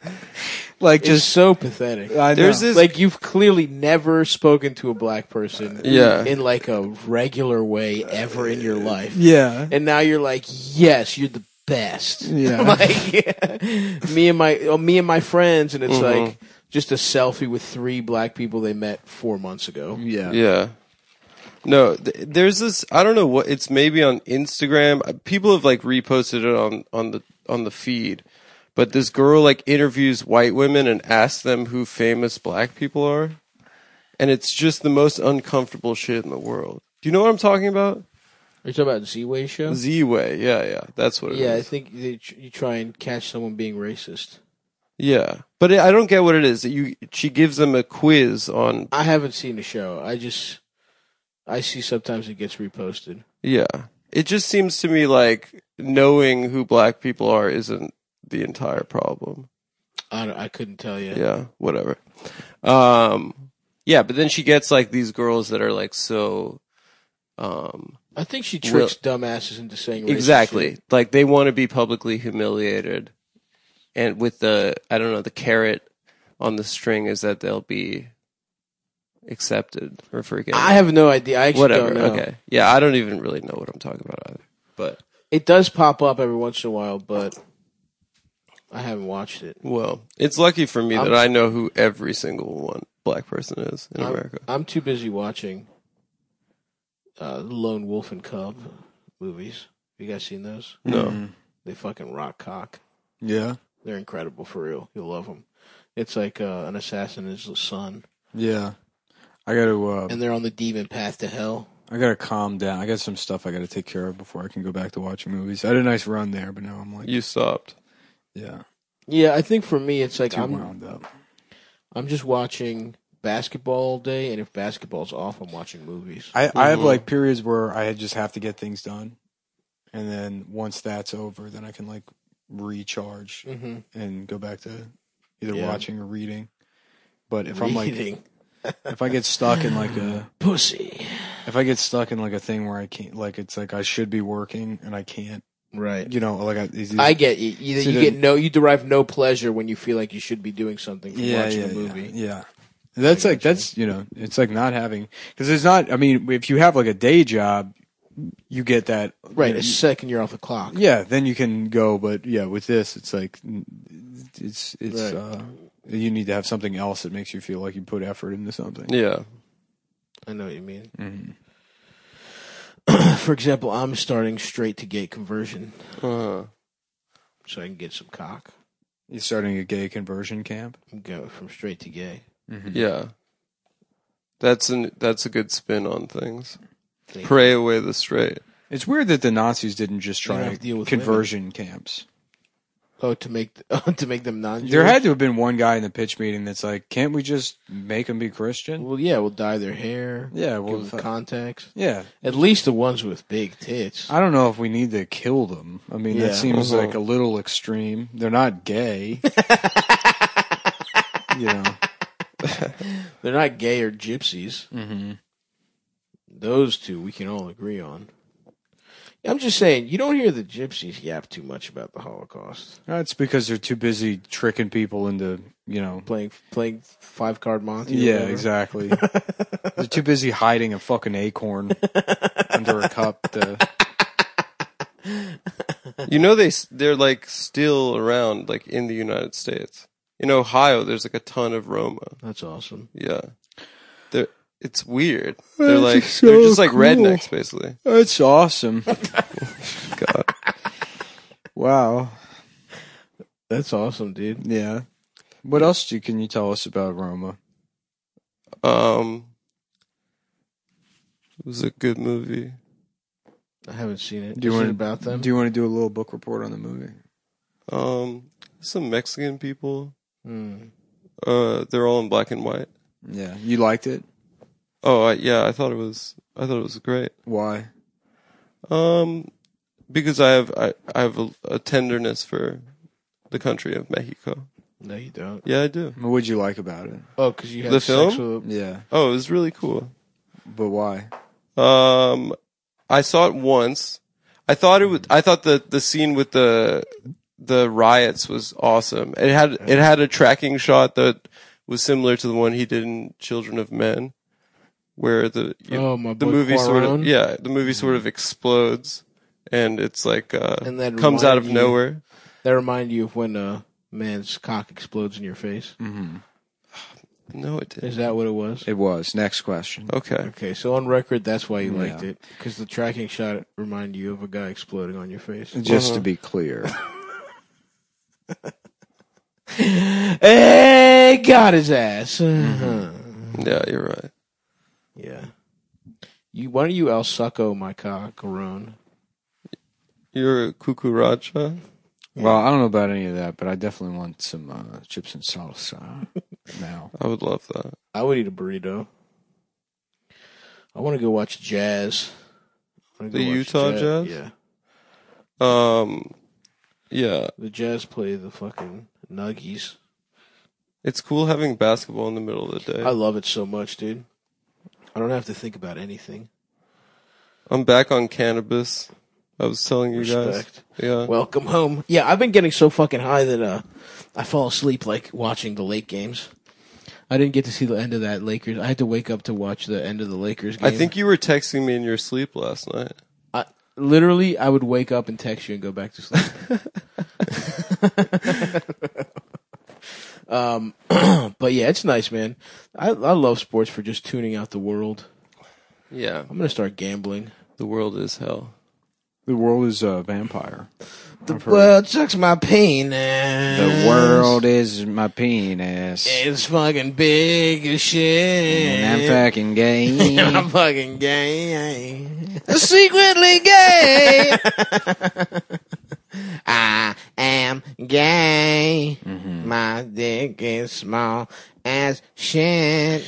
Speaker 3: like
Speaker 2: it's
Speaker 3: just
Speaker 2: so pathetic.
Speaker 3: I
Speaker 4: There's
Speaker 3: know.
Speaker 4: this
Speaker 2: like you've clearly never spoken to a black person
Speaker 4: Yeah.
Speaker 2: in like a regular way ever in your life.
Speaker 3: yeah
Speaker 2: And now you're like, yes, you're the best.
Speaker 3: Yeah.
Speaker 2: like me and my oh, me and my friends, and it's like just a selfie with three black people they met four months ago.
Speaker 3: yeah
Speaker 4: Yeah. No, th- there's this. I don't know what it's maybe on Instagram. Uh, People have like reposted it on on the on the feed, but this girl like interviews white women and asks them who famous black people are, and it's just the most uncomfortable shit in the world. Do you know what I'm talking about?
Speaker 2: Are you talking about Z Way show?
Speaker 4: Z way, yeah, yeah, that's what it is.
Speaker 2: yeah, I think they, tr- you try and catch someone being racist.
Speaker 4: yeah. But it, I don't get what it is. You she gives them a quiz on
Speaker 2: I haven't seen the show. I just I see sometimes it gets reposted.
Speaker 4: Yeah. It just seems to me like knowing who black people are isn't the entire problem.
Speaker 2: I don't- I couldn't tell you.
Speaker 4: Yeah, whatever. Um yeah, but then she gets like these girls that are like so um
Speaker 2: I think she tricks dumbasses into saying racist
Speaker 4: exactly.
Speaker 2: shit.
Speaker 4: Like they want to be publicly humiliated and with the I don't know, the carrot on the string is that they'll be accepted or forgiven.
Speaker 2: I have no idea. I actually
Speaker 4: whatever.
Speaker 2: don't know.
Speaker 4: Okay. Yeah, I don't even really know what I'm talking about either. But
Speaker 2: It does pop up every once in a while, but I haven't watched it.
Speaker 4: Well, it's lucky for me
Speaker 2: I'm-
Speaker 4: that I know who every single one black person is in
Speaker 2: I'm-
Speaker 4: America.
Speaker 2: I'm too busy watching uh, Lone Wolf and Cub movies. you guys seen those?
Speaker 4: No.
Speaker 2: They fucking rock cock.
Speaker 3: Mm. Yeah.
Speaker 2: They're incredible for real. You'll love them. It's like uh, an assassin is the son,
Speaker 3: Yeah. I got to uh,
Speaker 2: and they're on the demon path to hell.
Speaker 3: I got to calm down. I got some stuff I got to take care of before I can go back to watching movies. I had a nice run there, but now I'm like,
Speaker 4: You stopped.
Speaker 3: yeah,
Speaker 2: Yeah, I think for me, it's like
Speaker 3: too
Speaker 2: I'm
Speaker 3: wound up.
Speaker 2: I'm just watching basketball all day, and if basketball's off, I'm watching movies.
Speaker 3: I, I have like periods where I just have to get things done, and then once that's over, then I can like recharge
Speaker 2: Mm-hmm.
Speaker 3: and go back to either
Speaker 2: Yeah.
Speaker 3: watching or reading. But if
Speaker 2: Reading
Speaker 3: I'm like, if I get stuck in like a,
Speaker 2: pussy,
Speaker 3: if I get stuck in like a thing where I can't, like it's like I should be working and I can't,
Speaker 2: right?
Speaker 3: you know, like I, it's,
Speaker 2: I get you. You,
Speaker 3: So
Speaker 2: you
Speaker 3: then-
Speaker 2: get no, you derive no pleasure when you feel like you should be doing something from
Speaker 3: yeah,
Speaker 2: watching
Speaker 3: yeah,
Speaker 2: a movie.
Speaker 3: Yeah, yeah. That's like that's you know it's like not having because it's not. I mean, if you have like a day job, you get that
Speaker 2: Right,
Speaker 3: you-
Speaker 2: a second you're off the clock.
Speaker 3: yeah, then you can go. But yeah, with this, it's like n- it's it's
Speaker 2: Right.
Speaker 3: uh, you need to have something else that makes you feel like you put effort into something.
Speaker 4: Yeah.
Speaker 2: I know what you mean.
Speaker 3: Mhm.
Speaker 2: For example, I'm starting straight to gate conversion
Speaker 4: Uh,
Speaker 2: so I can get some cock.
Speaker 3: You're starting a gay conversion camp.
Speaker 2: I'm going from straight to gay.
Speaker 4: yeah. That's an that's a good spin on things.
Speaker 2: Thank
Speaker 4: Pray away the straight.
Speaker 3: It's weird that the Nazis didn't just
Speaker 2: don't
Speaker 3: try
Speaker 2: have to deal with
Speaker 3: conversion camps.
Speaker 2: Oh, to make to make them non.
Speaker 3: There had to have been one guy in the pitch meeting that's like, "Can't we just make them be Christian?"
Speaker 2: well, yeah, we'll dye their hair.
Speaker 3: Yeah, well,
Speaker 2: give
Speaker 3: fuck.
Speaker 2: them contacts.
Speaker 3: Yeah,
Speaker 2: At least the ones with big tits.
Speaker 3: I don't know if we need to kill them. I mean,
Speaker 2: Yeah.
Speaker 3: that seems
Speaker 4: Uh-huh.
Speaker 3: like a little extreme. They're not gay. you know.
Speaker 2: They're not gay or gypsies.
Speaker 4: Mm-hmm.
Speaker 3: Mhm.
Speaker 2: Those two we can all agree on. I'm just saying, you don't hear the gypsies yap too much about the Holocaust.
Speaker 3: That's because they're too busy tricking people into, you know.
Speaker 2: Playing playing five card Monty. or
Speaker 3: Yeah,
Speaker 2: whatever.
Speaker 3: exactly. they're too busy hiding a fucking acorn under a cup. To,
Speaker 4: You know they s- they're like still around like in the United States. In Ohio, there's like a ton of Roma.
Speaker 2: That's awesome.
Speaker 4: Yeah, they're it's weird. They're like they're just like rednecks basically.
Speaker 3: that's awesome.
Speaker 4: God.
Speaker 3: Wow.
Speaker 2: That's awesome, dude.
Speaker 3: Yeah. What else do, can you tell us about Roma?
Speaker 4: Um, it was a good movie.
Speaker 2: I haven't seen it.
Speaker 3: Do you
Speaker 2: Is it
Speaker 3: want
Speaker 2: about them?
Speaker 3: Do you want to do a little book report on the movie?
Speaker 4: Um, some Mexican people.
Speaker 2: Hmm.
Speaker 4: Uh, they're all in black and white.
Speaker 3: Yeah. You liked it?
Speaker 4: Oh I, yeah, I thought it was. I thought it was great.
Speaker 3: Why?
Speaker 4: Um, because I have I, I have a, a tenderness for the country of Mexico.
Speaker 2: No, you don't.
Speaker 4: Yeah, I do.
Speaker 3: What would you like about it?
Speaker 2: Oh, because you had
Speaker 4: The
Speaker 2: sex with
Speaker 3: Yeah.
Speaker 4: Oh, it was really cool.
Speaker 3: But why?
Speaker 4: Um, I saw it once. I thought it was. I thought the the scene with the the riots was awesome. It had it had a tracking shot that was similar to the one he did in Children of Men, where the you-
Speaker 2: Oh, my
Speaker 4: the
Speaker 2: boy
Speaker 4: movie sort
Speaker 2: Cuarón?
Speaker 4: of yeah the movie sort of explodes and it's like uh
Speaker 2: And that
Speaker 4: comes out of
Speaker 2: reminded you-
Speaker 4: nowhere.
Speaker 2: that remind you of when a man's cock explodes in your face.
Speaker 4: Mm. No, it didn't.
Speaker 2: Is that what it was?
Speaker 3: It was. Next question.
Speaker 4: Okay,
Speaker 2: Okay, so on record, that's why you
Speaker 3: Yeah.
Speaker 2: liked it because the tracking shot reminded you of a guy exploding on your face.
Speaker 3: Just to be clear.
Speaker 2: Hey, got his ass. Uh-huh.
Speaker 4: Mm-hmm. yeah, you're right.
Speaker 2: Yeah. You why don't you El Succo my cock, Ron?
Speaker 4: You're a cucaracha.
Speaker 3: Well, I don't know about any of that, but I definitely want some uh, chips and salsa now.
Speaker 4: I would love that.
Speaker 2: I would eat a burrito. I want to go watch jazz. I wanna go
Speaker 4: The
Speaker 2: watch
Speaker 4: Utah Jazz?
Speaker 2: Yeah,
Speaker 4: Um, yeah,
Speaker 2: the Jazz play the fucking Nuggies.
Speaker 4: it's cool having basketball in the middle of the day.
Speaker 2: I love it so much, dude. I don't have to think about anything.
Speaker 4: I'm back on cannabis. I was telling you
Speaker 2: Respect.
Speaker 4: guys. Yeah.
Speaker 2: Welcome home. Yeah, I've been getting so fucking high that uh, I fall asleep like watching the late games. I didn't get to see the end of that Lakers. I had to wake up to watch the end of the Lakers game.
Speaker 4: I think you were texting me in your sleep last night.
Speaker 2: I, literally I would wake up and text you and go back to sleep. um, but yeah, it's nice, man. I I love sports for just tuning out the world.
Speaker 4: Yeah.
Speaker 2: I'm gonna start gambling.
Speaker 4: The world is hell.
Speaker 3: The world is a vampire.
Speaker 2: The world sucks my penis.
Speaker 7: The world is my penis.
Speaker 2: It's fucking big as shit.
Speaker 7: And I'm fucking gay.
Speaker 2: I'm fucking gay.
Speaker 8: Secretly gay.
Speaker 2: I am gay. My dick is small as shit.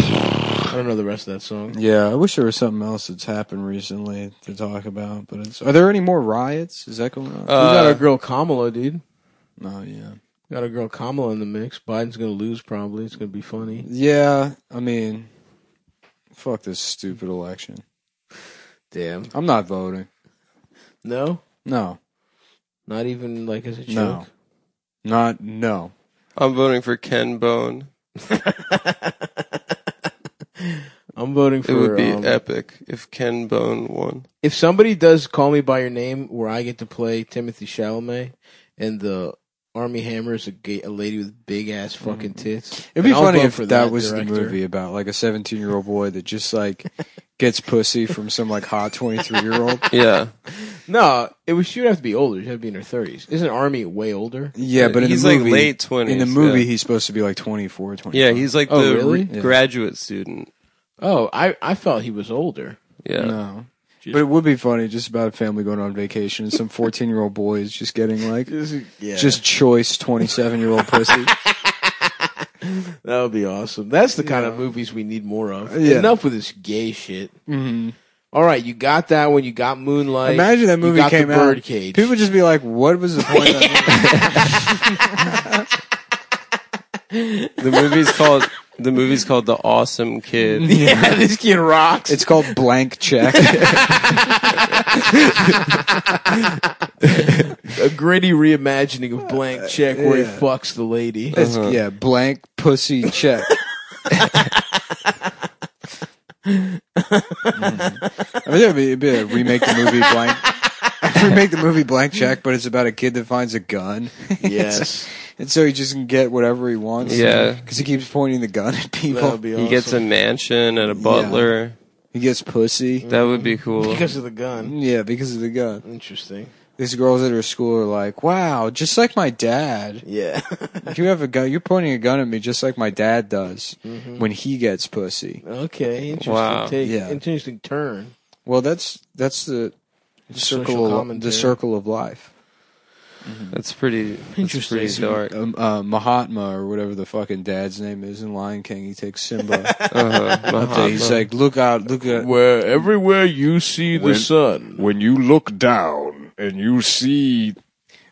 Speaker 2: I don't know the rest of that song.
Speaker 3: Yeah, I wish there was something else that's happened recently to talk about. But it's are there any more riots? Is that going on?
Speaker 2: we got
Speaker 4: Uh,
Speaker 2: our girl Kamala, dude.
Speaker 3: no, yeah,
Speaker 2: Got our girl Kamala in the mix. Biden's gonna lose probably. It's gonna be funny,
Speaker 3: yeah. I mean, fuck this stupid election.
Speaker 2: damn.
Speaker 3: I'm not voting.
Speaker 2: No,
Speaker 3: No,
Speaker 2: not even like as a joke.
Speaker 3: No. not no.
Speaker 4: I'm voting for Ken Bone.
Speaker 2: I'm voting for.
Speaker 4: It would be
Speaker 2: um,
Speaker 4: epic if Ken Bone won.
Speaker 2: if somebody does call me by your name, where I get to play Timothy Chalamet, and the Army Hammer is a, gay, a lady with big ass fucking tits.
Speaker 3: It'd be
Speaker 2: then I'll
Speaker 3: funny
Speaker 2: vote
Speaker 3: if
Speaker 2: for
Speaker 3: that, was
Speaker 2: director.
Speaker 3: the movie about like a 17 year old boy that just like gets pussy from some like hot 23 year old.
Speaker 4: Yeah.
Speaker 2: No, it was. She would have to be older. She'd have to be in her thirties. Isn't Army way older?
Speaker 3: Yeah, but in
Speaker 4: he's
Speaker 3: the
Speaker 4: like
Speaker 3: movie,
Speaker 4: late 20s.
Speaker 3: in the movie
Speaker 4: yeah.
Speaker 3: he's supposed to be like 24, 25.
Speaker 4: Yeah, he's like
Speaker 2: Oh,
Speaker 4: the
Speaker 2: really?
Speaker 4: re- graduate student.
Speaker 2: Oh, I I felt he was older.
Speaker 4: Yeah.
Speaker 3: no. But it would be funny just about a family going on vacation and some 14 year old boy is just getting like
Speaker 2: Yeah,
Speaker 3: just choice 27 year old pussy.
Speaker 2: that would be awesome. That's the kind of movies we need more of.
Speaker 3: Yeah.
Speaker 2: Enough with this gay shit. Uh, Mm-hmm. right, you got that one. You got Moonlight.
Speaker 3: Imagine that
Speaker 2: You
Speaker 3: movie
Speaker 2: got
Speaker 3: came
Speaker 2: the
Speaker 3: out.
Speaker 2: Birdcage.
Speaker 3: People would just be like, what was the point of that
Speaker 4: The movie's called The movie's called The Awesome Kid.
Speaker 2: yeah, this kid rocks.
Speaker 3: movie? It's called Blank Check.
Speaker 2: a gritty reimagining of Blank Check where
Speaker 3: yeah.
Speaker 2: he fucks the lady.
Speaker 3: It's, yeah, Blank Pussy Check. Mm-hmm. I mean, it'd be, it'd be a remake the movie blank. remake the movie blank check, but it's about a kid that finds a gun,
Speaker 2: Yes,
Speaker 3: and so he just can get whatever he wants.
Speaker 4: Yeah.
Speaker 3: because he keeps pointing the gun at people.
Speaker 2: that would be awesome.
Speaker 4: He gets a mansion and a butler.
Speaker 3: He gets pussy.
Speaker 4: That would be cool.
Speaker 2: because of the gun.
Speaker 3: Yeah, because of the gun.
Speaker 2: Interesting.
Speaker 3: These girls at her school are like, "Wow, just like my dad.
Speaker 2: Yeah.
Speaker 3: You have a gun. You're pointing a gun at me, just like my dad does
Speaker 2: Mm-hmm.
Speaker 3: when he gets pussy."
Speaker 2: okay. Interesting
Speaker 4: Wow.
Speaker 2: take.
Speaker 3: Yeah.
Speaker 2: Interesting turn.
Speaker 3: Well, that's that's the
Speaker 2: social
Speaker 3: circle of, the
Speaker 2: commentary.
Speaker 3: circle of life.
Speaker 4: That's pretty that's
Speaker 2: Interesting.
Speaker 4: Pretty dark.
Speaker 3: Um, uh, Mahatma or whatever the fucking dad's name is in Lion King, he takes Simba
Speaker 4: Uh-huh.
Speaker 3: up there. He's like, "Look out! Look out!"
Speaker 2: Where everywhere you see the sun.
Speaker 9: when you look down and you see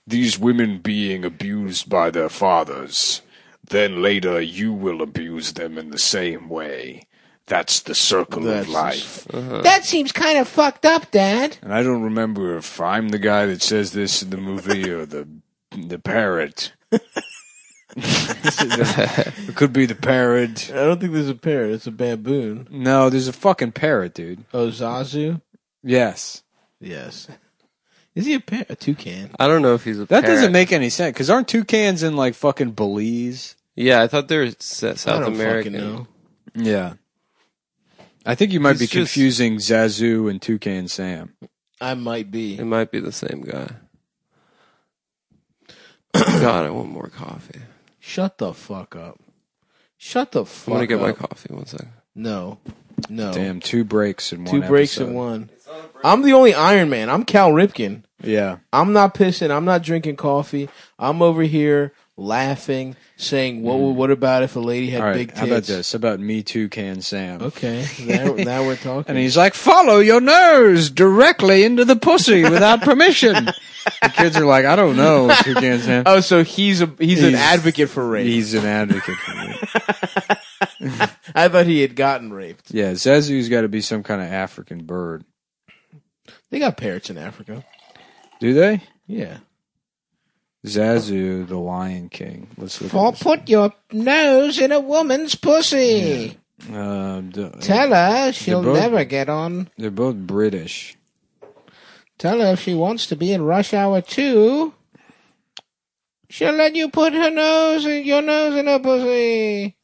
Speaker 9: these women being abused by their fathers, then later you will abuse them in the same way. That's the circle
Speaker 2: That's
Speaker 9: of
Speaker 2: the
Speaker 9: life.
Speaker 4: Uh,
Speaker 8: that seems kind of fucked up, Dad.
Speaker 9: And I don't remember if I'm the guy that says this in the movie or the the parrot.
Speaker 3: It could be the parrot.
Speaker 2: I don't think there's a parrot. It's a baboon.
Speaker 3: No, there's a fucking parrot, dude.
Speaker 2: Oh, Zazu.
Speaker 3: Yes,
Speaker 2: Yes. Is he a parrot? A toucan.
Speaker 4: I don't know if he's a
Speaker 3: that
Speaker 4: parrot.
Speaker 3: doesn't make any sense because aren't toucans in like fucking Belize?
Speaker 4: Yeah, I thought they were S-
Speaker 2: I
Speaker 4: South
Speaker 2: don't
Speaker 4: American.
Speaker 2: fucking know.
Speaker 3: Yeah. I think you might
Speaker 4: He's
Speaker 3: be
Speaker 4: just-
Speaker 3: confusing Zazu and Toucan Sam.
Speaker 2: I might be.
Speaker 4: It might be the same guy. God, I want more coffee.
Speaker 2: Shut the fuck up. Shut the fuck
Speaker 4: I'm gonna get
Speaker 2: up.
Speaker 4: my coffee one second.
Speaker 2: No. No.
Speaker 3: Damn, two breaks in one.
Speaker 2: Two breaks
Speaker 3: episode.
Speaker 2: in one. I'm the only Iron Man. I'm Cal Ripken.
Speaker 3: Yeah.
Speaker 2: I'm not pissing. I'm not drinking coffee. I'm over here laughing, saying, "What? would What about if a lady had
Speaker 3: Mm. All right.
Speaker 2: big tits?"
Speaker 3: How about this? How about me too, Can Sam?
Speaker 2: Okay, now, now we're talking.
Speaker 3: And he's like, "Follow your nose directly into the pussy without permission." the kids are like, "I don't know, Toucan Sam."
Speaker 2: oh, so he's a he's, an
Speaker 3: He's-
Speaker 2: advocate for rape.
Speaker 3: He's an advocate for me.
Speaker 2: I thought he had gotten raped.
Speaker 3: Yeah, Zazu's got to be some kind of African bird.
Speaker 2: They got parrots in Africa.
Speaker 3: Do they?
Speaker 2: Yeah.
Speaker 3: Zazu, the Lion King. Let's look
Speaker 8: For put your nose in a woman's pussy.
Speaker 3: at this. Uh, d-
Speaker 8: Tell her she'll
Speaker 3: both-
Speaker 8: never get on.
Speaker 3: they're both British.
Speaker 8: Tell her if she wants to be in rush hour two, she'll let you put her nose in your nose in her pussy.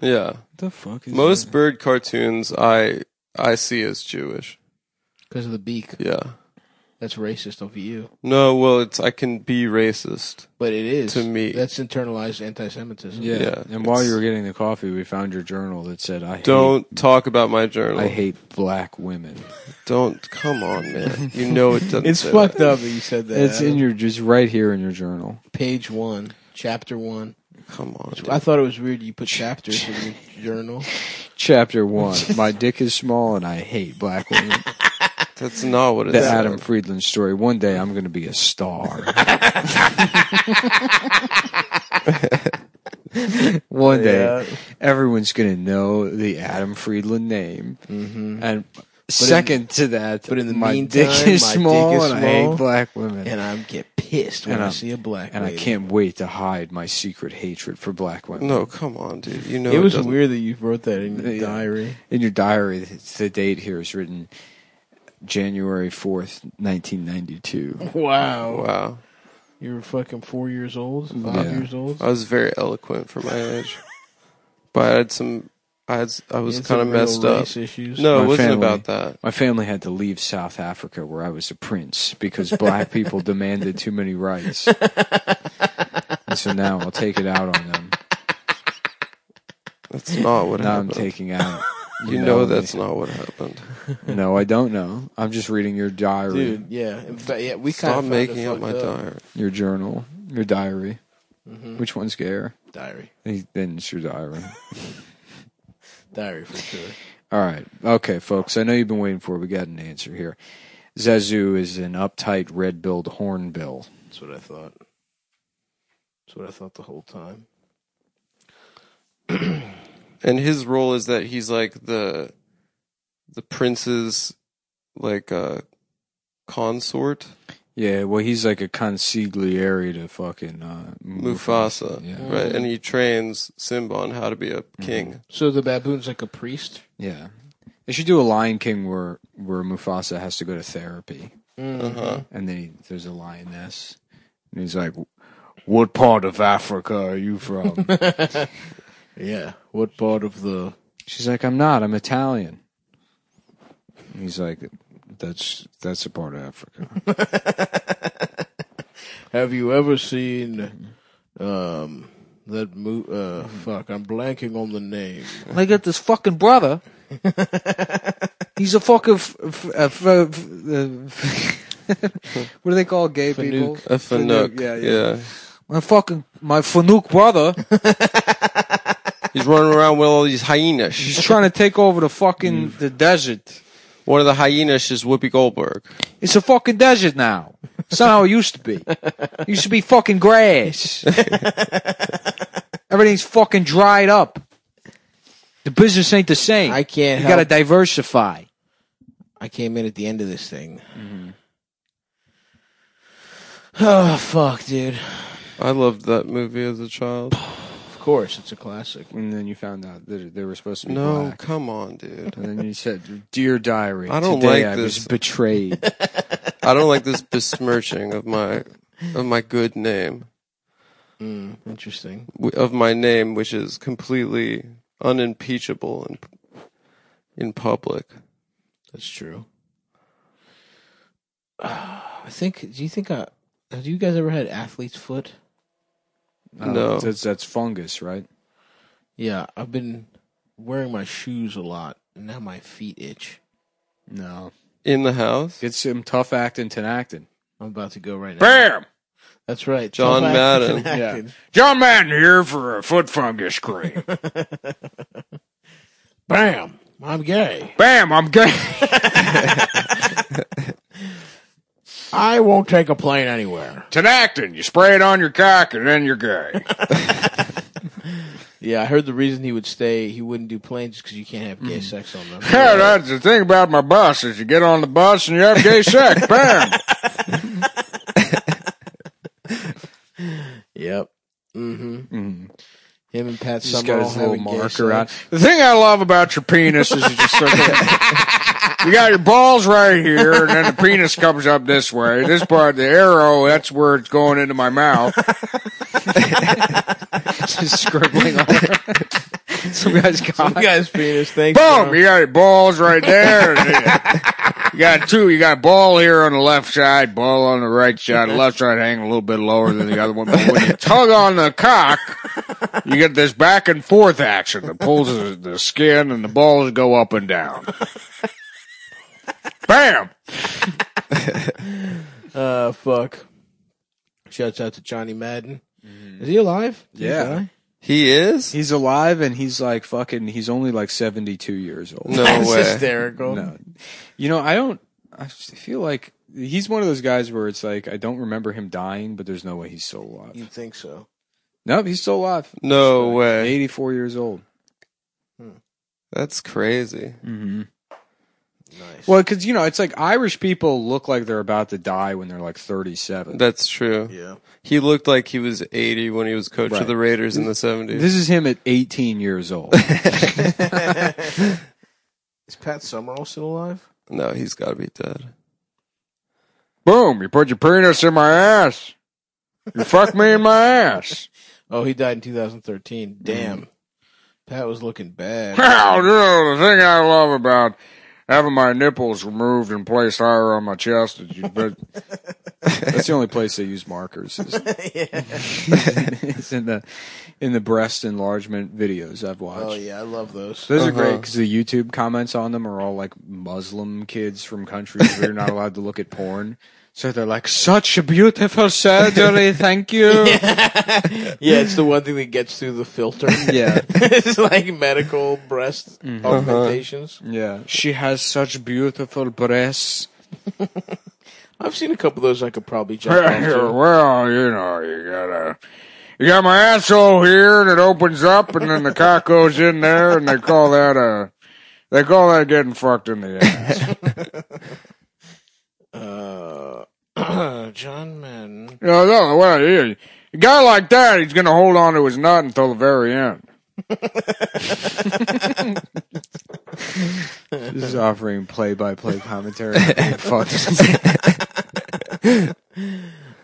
Speaker 4: Yeah,
Speaker 3: The fuck is
Speaker 4: most bird cartoons I I see as Jewish.
Speaker 2: Because of the beak.
Speaker 4: Yeah,
Speaker 2: That's racist over you.
Speaker 4: No, well, it's I can be racist.
Speaker 2: But it is.
Speaker 4: To me.
Speaker 2: That's internalized anti Semitism.
Speaker 3: Yeah.
Speaker 4: Yeah,
Speaker 3: and while
Speaker 4: it's-
Speaker 3: you were getting the coffee, we found your journal that said, "I
Speaker 4: Don't talk about my journal.
Speaker 3: hate, I hate black women."
Speaker 4: Don't come on, man. You know it doesn't.
Speaker 2: It's
Speaker 4: say
Speaker 2: fucked
Speaker 4: that.
Speaker 2: up that you said that.
Speaker 3: uh, It's in your just right here in your journal.
Speaker 2: page one, chapter one.
Speaker 4: Come on. dude.
Speaker 2: I thought it was weird you put chapters in your journal.
Speaker 3: Chapter one: My dick is small and I hate black women.
Speaker 4: That's not what it
Speaker 3: The
Speaker 4: is.
Speaker 3: Adam Friedland story. One day I'm going to be a star. One day, everyone's going to know the Adam Friedland name. Mm-hmm. And second to that,
Speaker 2: but in the
Speaker 3: my
Speaker 2: meantime,
Speaker 3: dick is
Speaker 2: my dick
Speaker 3: small
Speaker 2: is
Speaker 3: and I hate
Speaker 2: small,
Speaker 3: black women.
Speaker 2: And I get pissed when
Speaker 3: And
Speaker 2: I
Speaker 3: I'm-
Speaker 2: see a black
Speaker 3: and I
Speaker 2: lady.
Speaker 3: can't wait to hide my secret hatred for black women.
Speaker 4: No, come on, dude. You know
Speaker 2: It was
Speaker 4: doesn't-
Speaker 2: weird that you wrote that in your
Speaker 3: Yeah.
Speaker 2: diary.
Speaker 3: In your diary, it's- the date here is written January 4th, 1992.
Speaker 2: Wow.
Speaker 4: Wow,
Speaker 2: You were fucking four years old, five
Speaker 3: Yeah.
Speaker 2: years old.
Speaker 4: I was very eloquent for my age, but I had some. I had. s- I
Speaker 2: You
Speaker 4: was
Speaker 2: had
Speaker 4: kind of
Speaker 2: some real
Speaker 4: messed up.
Speaker 2: race Issues.
Speaker 4: No,
Speaker 3: My
Speaker 4: it wasn't
Speaker 3: family.
Speaker 4: about that.
Speaker 3: My family had to leave South Africa where I was a prince because black people demanded too many rights. and so now I'll take it out on them.
Speaker 4: That's not what
Speaker 3: Now I'm
Speaker 4: happened.
Speaker 3: taking out.
Speaker 4: you know
Speaker 3: me.
Speaker 4: that's not what happened.
Speaker 3: No, I don't know. I'm just reading your diary,
Speaker 2: dude. Yeah, in fact, yeah, we kind
Speaker 4: Stop
Speaker 2: of
Speaker 4: making up my diary.
Speaker 3: your journal, your diary.
Speaker 4: Mm-hmm.
Speaker 3: Which one's gayer?
Speaker 2: diary.
Speaker 3: Then it's your diary.
Speaker 2: Diary for sure.
Speaker 3: All right. Okay, folks. I know you've been waiting for it. We got an answer here. Zazu is an uptight red billed hornbill.
Speaker 2: That's what I thought. That's what I thought the whole time.
Speaker 4: And his role is that he's like the the prince's like uh consort.
Speaker 3: Yeah, well, he's like a consigliere to fucking uh,
Speaker 4: Mufasa,
Speaker 3: Yeah. Mm-hmm.
Speaker 4: right? And he trains Simba on how to be a king.
Speaker 2: So the baboon's like a priest.
Speaker 3: Yeah, they should do a Lion King where where Mufasa has to go to therapy,
Speaker 4: Uh-huh.
Speaker 3: and then he, there's a lioness,
Speaker 5: And he's like, "What part of Africa are you from?"
Speaker 2: Yeah. What part of the?
Speaker 3: She's like, I'm not. I'm Italian. And he's like, that's that's a part of Africa.
Speaker 2: Have you ever seen, um, that mo- uh, fuck, I'm blanking on the name.
Speaker 3: I got this fucking brother. he's a fucking. F- f- uh, f- uh, what do they call gay people?
Speaker 4: A Fanuc.
Speaker 3: yeah,
Speaker 4: Yeah,
Speaker 3: yeah. My fucking my Fanuc brother.
Speaker 4: He's running around with all these hyenas.
Speaker 3: He's trying to take over the fucking the desert.
Speaker 4: One of the hyenas is Whoopi Goldberg.
Speaker 3: It's a fucking desert now. Somehow it used to be. It used to be fucking grass. Everything's fucking dried up. The business ain't the same.
Speaker 2: I can't
Speaker 3: You gotta
Speaker 2: help-
Speaker 3: diversify.
Speaker 2: I came in at the end of this thing. Oh fuck, dude!
Speaker 4: I loved that movie as a child.
Speaker 2: Of course, it's a classic.
Speaker 3: And then you found out that they were supposed to be
Speaker 4: No,
Speaker 3: black.
Speaker 4: come on, dude.
Speaker 3: And then you said, "Dear diary,
Speaker 4: I don't
Speaker 3: today
Speaker 4: like
Speaker 3: I was
Speaker 4: this."
Speaker 3: betrayed."
Speaker 4: I don't like this besmirching of my of my good name,
Speaker 2: Mm, interesting.
Speaker 4: w- of my name, which is completely unimpeachable in in public.
Speaker 2: That's true. Ah, I think. Do you think I? Have you guys ever had athlete's foot?
Speaker 4: No.
Speaker 3: Uh, that's that's fungus, right?
Speaker 2: Yeah, I've been wearing my shoes a lot, and now my feet itch.
Speaker 3: No,
Speaker 4: In the house,
Speaker 3: get some tough acting, tenactin.
Speaker 2: I'm about to go right now.
Speaker 5: Bam!
Speaker 2: That's right,
Speaker 4: John
Speaker 2: Tough
Speaker 4: Madden.
Speaker 2: acting, acting.
Speaker 5: John Madden here for a foot fungus cream.
Speaker 2: Bam! I'm gay.
Speaker 5: Bam! I'm gay.
Speaker 2: I won't take a plane anywhere.
Speaker 5: Tenactin. You spray it on your cock, and then you're gay.
Speaker 2: Yeah, I heard the reason he would stay, he wouldn't do planes, because you can't have gay sex on them.
Speaker 5: Yeah, that's the thing about my bus is you get on the bus and you have gay sex. Bam!
Speaker 2: Yep. Mm-hmm. Him and Pat
Speaker 3: He's got
Speaker 2: Summerall
Speaker 3: his little
Speaker 2: having gay
Speaker 3: marker out.
Speaker 2: sex.
Speaker 5: The thing I love about your penis is you just sort of- you got your balls right here, and then the penis comes up this way. This part, the arrow, that's where it's going into my mouth.
Speaker 3: Just scribbling on her. some guy's cock.
Speaker 2: Some guy's penis. Thanks.
Speaker 5: Boom!
Speaker 2: bro.
Speaker 5: You got your balls right there. and
Speaker 9: You got two. You got ball here on the left side, ball on the right side. The left side hanging a little bit lower than the other one. But when you tug on the cock, you get this back and forth action that pulls the- the skin and the balls go up and down. Bam!
Speaker 2: Uh, fuck. Shouts out to Johnny Madden. Is he alive? Is he
Speaker 3: Yeah.
Speaker 2: alive?
Speaker 4: He is?
Speaker 3: He's alive and he's like fucking. He's only like seventy two years old.
Speaker 4: No
Speaker 2: That's
Speaker 4: way.
Speaker 2: hysterical.
Speaker 3: No. You know, I don't. I just feel like he's one of those guys where it's like I don't remember him dying, but there's no way he's still alive.
Speaker 2: You think so?
Speaker 3: Nope, he's still alive.
Speaker 4: No way.
Speaker 3: Eighty four years old.
Speaker 4: That's crazy.
Speaker 3: Mm-hmm.
Speaker 2: Nice.
Speaker 3: Well, because you know, it's like Irish people look like they're about to die when they're like thirty seven.
Speaker 4: That's true.
Speaker 2: yeah.
Speaker 4: He looked like he was 80 when he was coach
Speaker 3: Right.
Speaker 4: of the Raiders in the 70s.
Speaker 3: This is him at eighteen years old.
Speaker 2: Is Pat Summerall still alive?
Speaker 4: no, he's got to be dead.
Speaker 9: Boom! You put your penis in my ass. You fuck me in my ass.
Speaker 2: Oh, he died in 2013. Damn. Mm-hmm. Pat was looking bad.
Speaker 9: Wow, you know, the thing I love about having my nipples removed and placed higher on my chest is you bet.
Speaker 3: That's the only place they use markers. Is, is in the in the breast enlargement videos I've watched.
Speaker 2: Oh yeah, I love those.
Speaker 3: Those are
Speaker 4: Uh-huh.
Speaker 3: great because the YouTube comments on them are all like Muslim kids from countries where you're not allowed to look at porn. So they're like, such a beautiful surgery, thank you. Yeah.
Speaker 2: Yeah, it's the one thing that gets through the filter.
Speaker 3: yeah.
Speaker 2: it's like medical breast augmentations.
Speaker 3: She has such beautiful breasts.
Speaker 2: I've seen a couple of those I could probably jump onto.
Speaker 9: well, you know, you gotta. You got my asshole here, and it opens up, and then the cock goes in there, and they call that a. They call that getting fucked in the ass.
Speaker 2: Uh, John Madden.
Speaker 9: you know, no, well, yeah, a guy like that, he's gonna hold on to his nut until the very end.
Speaker 3: This is offering play by play commentary. on being fucked.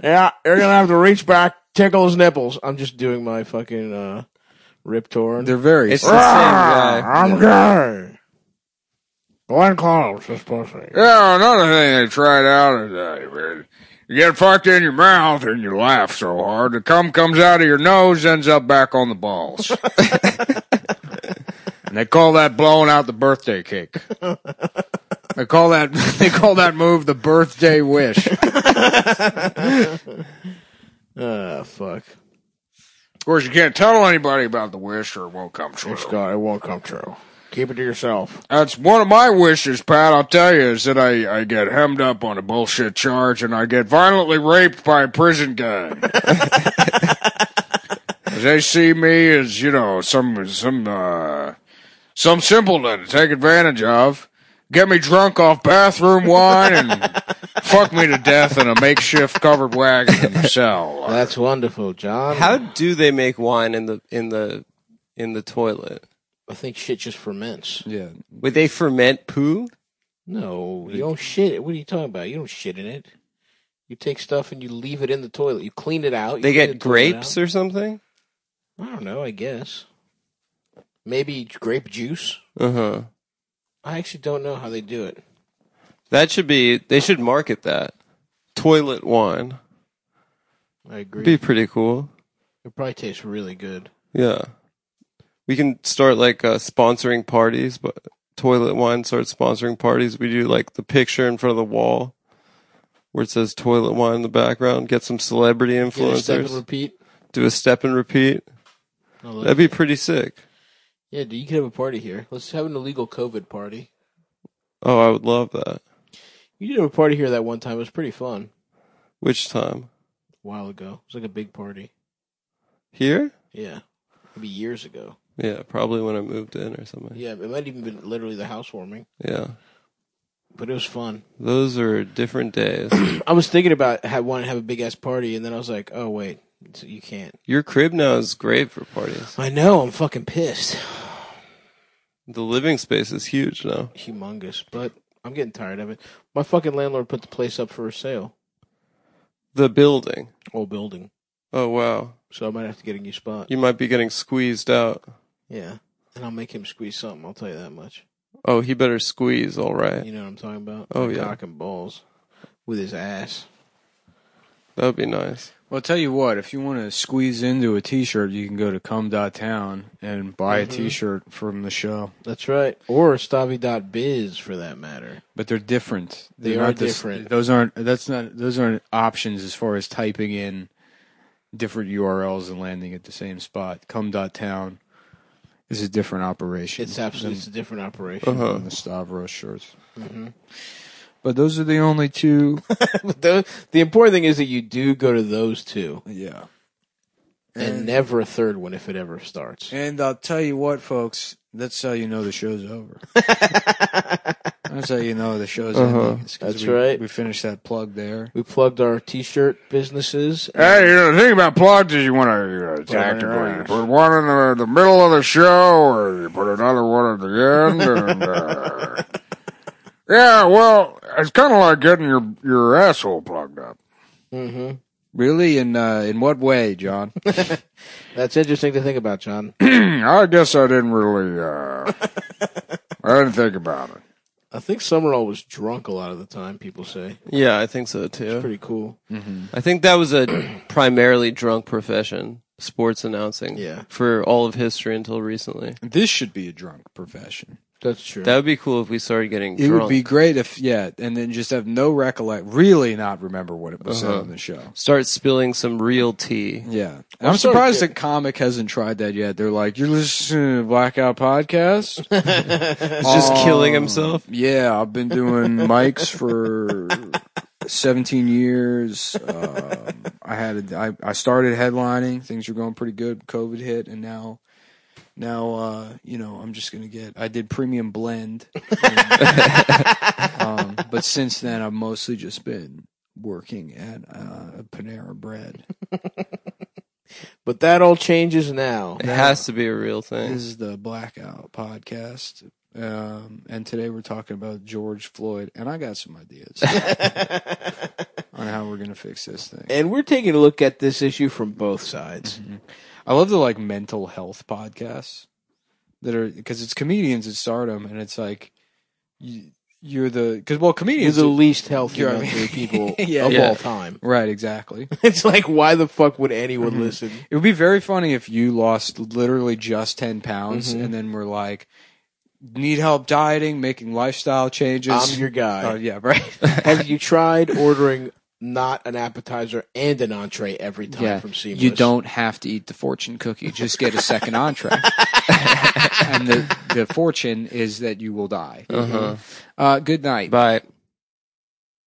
Speaker 2: Yeah, you're gonna have to reach back, tickle his nipples. I'm just doing my fucking uh, rip torn.
Speaker 3: they're very.
Speaker 4: It's the same guy.
Speaker 9: I'm gay.
Speaker 6: One calls this pussy.
Speaker 9: Yeah, another thing they tried out is uh, you get fucked in your mouth and you laugh so hard the cum comes out of your nose, ends up back on the balls. and they call that blowing out the birthday cake.
Speaker 3: they call that they call that move the birthday wish. Of
Speaker 2: Ah, fuck.
Speaker 9: Of course, you can't tell anybody about the wish or it won't come true.
Speaker 2: God, it won't come true. Keep it to yourself.
Speaker 9: That's one of my wishes, Pat. I'll tell you, is that I, I get hemmed up on a bullshit charge and I get violently raped by a prison guy. 'Cause they see me as you know some some uh, some simpleton to take advantage of, get me drunk off bathroom wine and fuck me to death in a makeshift covered wagon in the cell.
Speaker 2: That's wonderful, John.
Speaker 4: How do they make wine in the in the in the toilet?
Speaker 2: I think shit just ferments.
Speaker 3: yeah.
Speaker 4: Would they ferment poo?
Speaker 2: No, you don't shit it. What are you talking about? You don't shit in it. You take stuff and you leave it in the toilet. You clean it out. you
Speaker 4: They
Speaker 2: clean
Speaker 4: get
Speaker 2: the toilet
Speaker 4: grapes
Speaker 2: out.
Speaker 4: or something?
Speaker 2: I don't know. I guess maybe grape juice.
Speaker 4: Uh huh.
Speaker 2: I actually don't know how they do it.
Speaker 4: That should be. They should market that toilet wine.
Speaker 2: I agree.
Speaker 4: Be pretty cool.
Speaker 2: It probably tastes really good.
Speaker 4: Yeah, we can start like uh, sponsoring parties, but toilet wine starts sponsoring parties. We do like the picture in front of the wall where it says toilet wine in the background. Get some celebrity
Speaker 2: Get a step
Speaker 4: influencers.
Speaker 2: and repeat.
Speaker 4: do a step and repeat.
Speaker 2: I love
Speaker 4: That'd
Speaker 2: it.
Speaker 4: be pretty sick.
Speaker 2: yeah, dude. You could have a party here. Let's have an illegal COVID party.
Speaker 4: Oh, I would love that.
Speaker 2: You did have a party here that one time. It was pretty fun.
Speaker 4: Which time?
Speaker 2: A while ago. It was like a big party.
Speaker 4: Here?
Speaker 2: Yeah. Maybe years ago.
Speaker 4: Yeah, probably when I moved in or something.
Speaker 2: Yeah, it might even been literally the housewarming,
Speaker 4: Yeah.
Speaker 2: but it was fun.
Speaker 4: Those are different days.
Speaker 2: I was thinking about ha wanting to have a big ass party, and then I was like, oh wait, it's- you can't.
Speaker 4: Your crib now is great for parties.
Speaker 2: I know. I'm fucking pissed.
Speaker 4: The living space is huge now.
Speaker 2: Humongous, but I'm getting tired of it. My fucking landlord put the place up for sale.
Speaker 4: The building.
Speaker 2: Old building.
Speaker 4: Oh wow.
Speaker 2: So I might have to get a new spot.
Speaker 4: You might be getting squeezed out.
Speaker 2: Yeah. And I'll make him squeeze something, I'll tell you that much.
Speaker 4: Oh, he better squeeze, all right.
Speaker 2: You know what I'm talking about?
Speaker 4: Oh,
Speaker 2: Like
Speaker 4: yeah.
Speaker 2: cock and balls with his ass.
Speaker 4: That would be nice.
Speaker 3: Well, I'll tell you what, if you want to squeeze into a t shirt, you can go to cum.town and buy a t shirt from the show.
Speaker 2: That's right. Or Stavi.biz for that matter.
Speaker 3: But they're different.
Speaker 2: They
Speaker 3: They're
Speaker 2: are
Speaker 3: not the s-
Speaker 2: different.
Speaker 3: those aren't that's not those aren't options as far as typing in different URLs and landing at the same spot. Cum.town is a different operation.
Speaker 4: Mm-hmm.
Speaker 2: It's absolutely it's a different operation.
Speaker 4: Uh-huh.
Speaker 3: than the Stavros shirts.
Speaker 2: Mm-hmm.
Speaker 3: But those are the only two.
Speaker 4: Uh-huh.
Speaker 2: But the, the important thing is that you do go to those two
Speaker 3: yeah.
Speaker 2: and, never a third one if it ever starts.
Speaker 3: And I'll tell you what, folks, that's how you know the show's over. that's how you know the show's ending. It's 'cause
Speaker 2: That's
Speaker 3: we-
Speaker 2: right.
Speaker 3: We finished that plug there.
Speaker 2: We plugged our t-shirt businesses.
Speaker 9: Hey, you know, the thing about plugs is you want to attack it. You put one in the, the middle of the show, or you put another one at the end. And, uh, yeah, well, it's kind of like getting your, your asshole plugged up.
Speaker 3: Really? In uh, in what way, John?
Speaker 2: That's interesting to think about, John.
Speaker 9: I guess I didn't really. Uh, I didn't think about it.
Speaker 2: I think Summerall was drunk a lot of the time, people say.
Speaker 4: Yeah, I think so too.
Speaker 2: Pretty cool.
Speaker 4: I think that was a primarily drunk profession, sports announcing.
Speaker 2: Yeah.
Speaker 4: For all of history until recently.
Speaker 3: this should be a drunk profession.
Speaker 2: That's true.
Speaker 4: That would be cool if we started getting
Speaker 3: It
Speaker 4: drunk.
Speaker 3: would be great if, yeah, and then just have no recollect, really not remember what it was said on the show.
Speaker 4: Start spilling some real tea.
Speaker 3: Uh-huh. Yeah. I'm surprised that comic hasn't tried that yet. They're like, you're listening to Blackout Podcast? Um,
Speaker 4: He's just killing himself.
Speaker 3: yeah, I've been doing mics for 17 years. Um, I had a, I, I started headlining. Things were going pretty good. COVID hit, and now now uh, you know I'm just gonna get. I did premium blend, um, but since then I've mostly just been working at uh, Panera Bread.
Speaker 2: but that all changes now.
Speaker 4: It has to be a real thing.
Speaker 3: This is the Blackout Podcast. Um, and today we're talking about George Floyd, and I got some ideas on how we're gonna fix this thing.
Speaker 2: And we're taking a look at this issue from both sides.
Speaker 3: I love the like mental health podcasts that are because it's comedians at stardom and it's like you, you're the because well
Speaker 2: You're
Speaker 3: comedians
Speaker 2: the least healthy
Speaker 3: You're-
Speaker 2: mentally people
Speaker 3: Yeah,
Speaker 2: of
Speaker 4: yeah.
Speaker 2: all time. Mm-hmm.
Speaker 3: right exactly
Speaker 2: It's like, why the fuck would anyone listen?
Speaker 3: it would be very funny if you lost literally just ten pounds
Speaker 2: Mm-hmm.
Speaker 3: and then were like need help dieting making lifestyle changes
Speaker 2: I'm your guy.
Speaker 3: oh yeah right
Speaker 2: Have you tried ordering not an appetizer and an entree every time
Speaker 3: yeah
Speaker 2: from Seamless?
Speaker 3: you don't have to eat the fortune cookie just get a second entree and the the fortune is that you will die uh-huh. uh good night
Speaker 4: Bye.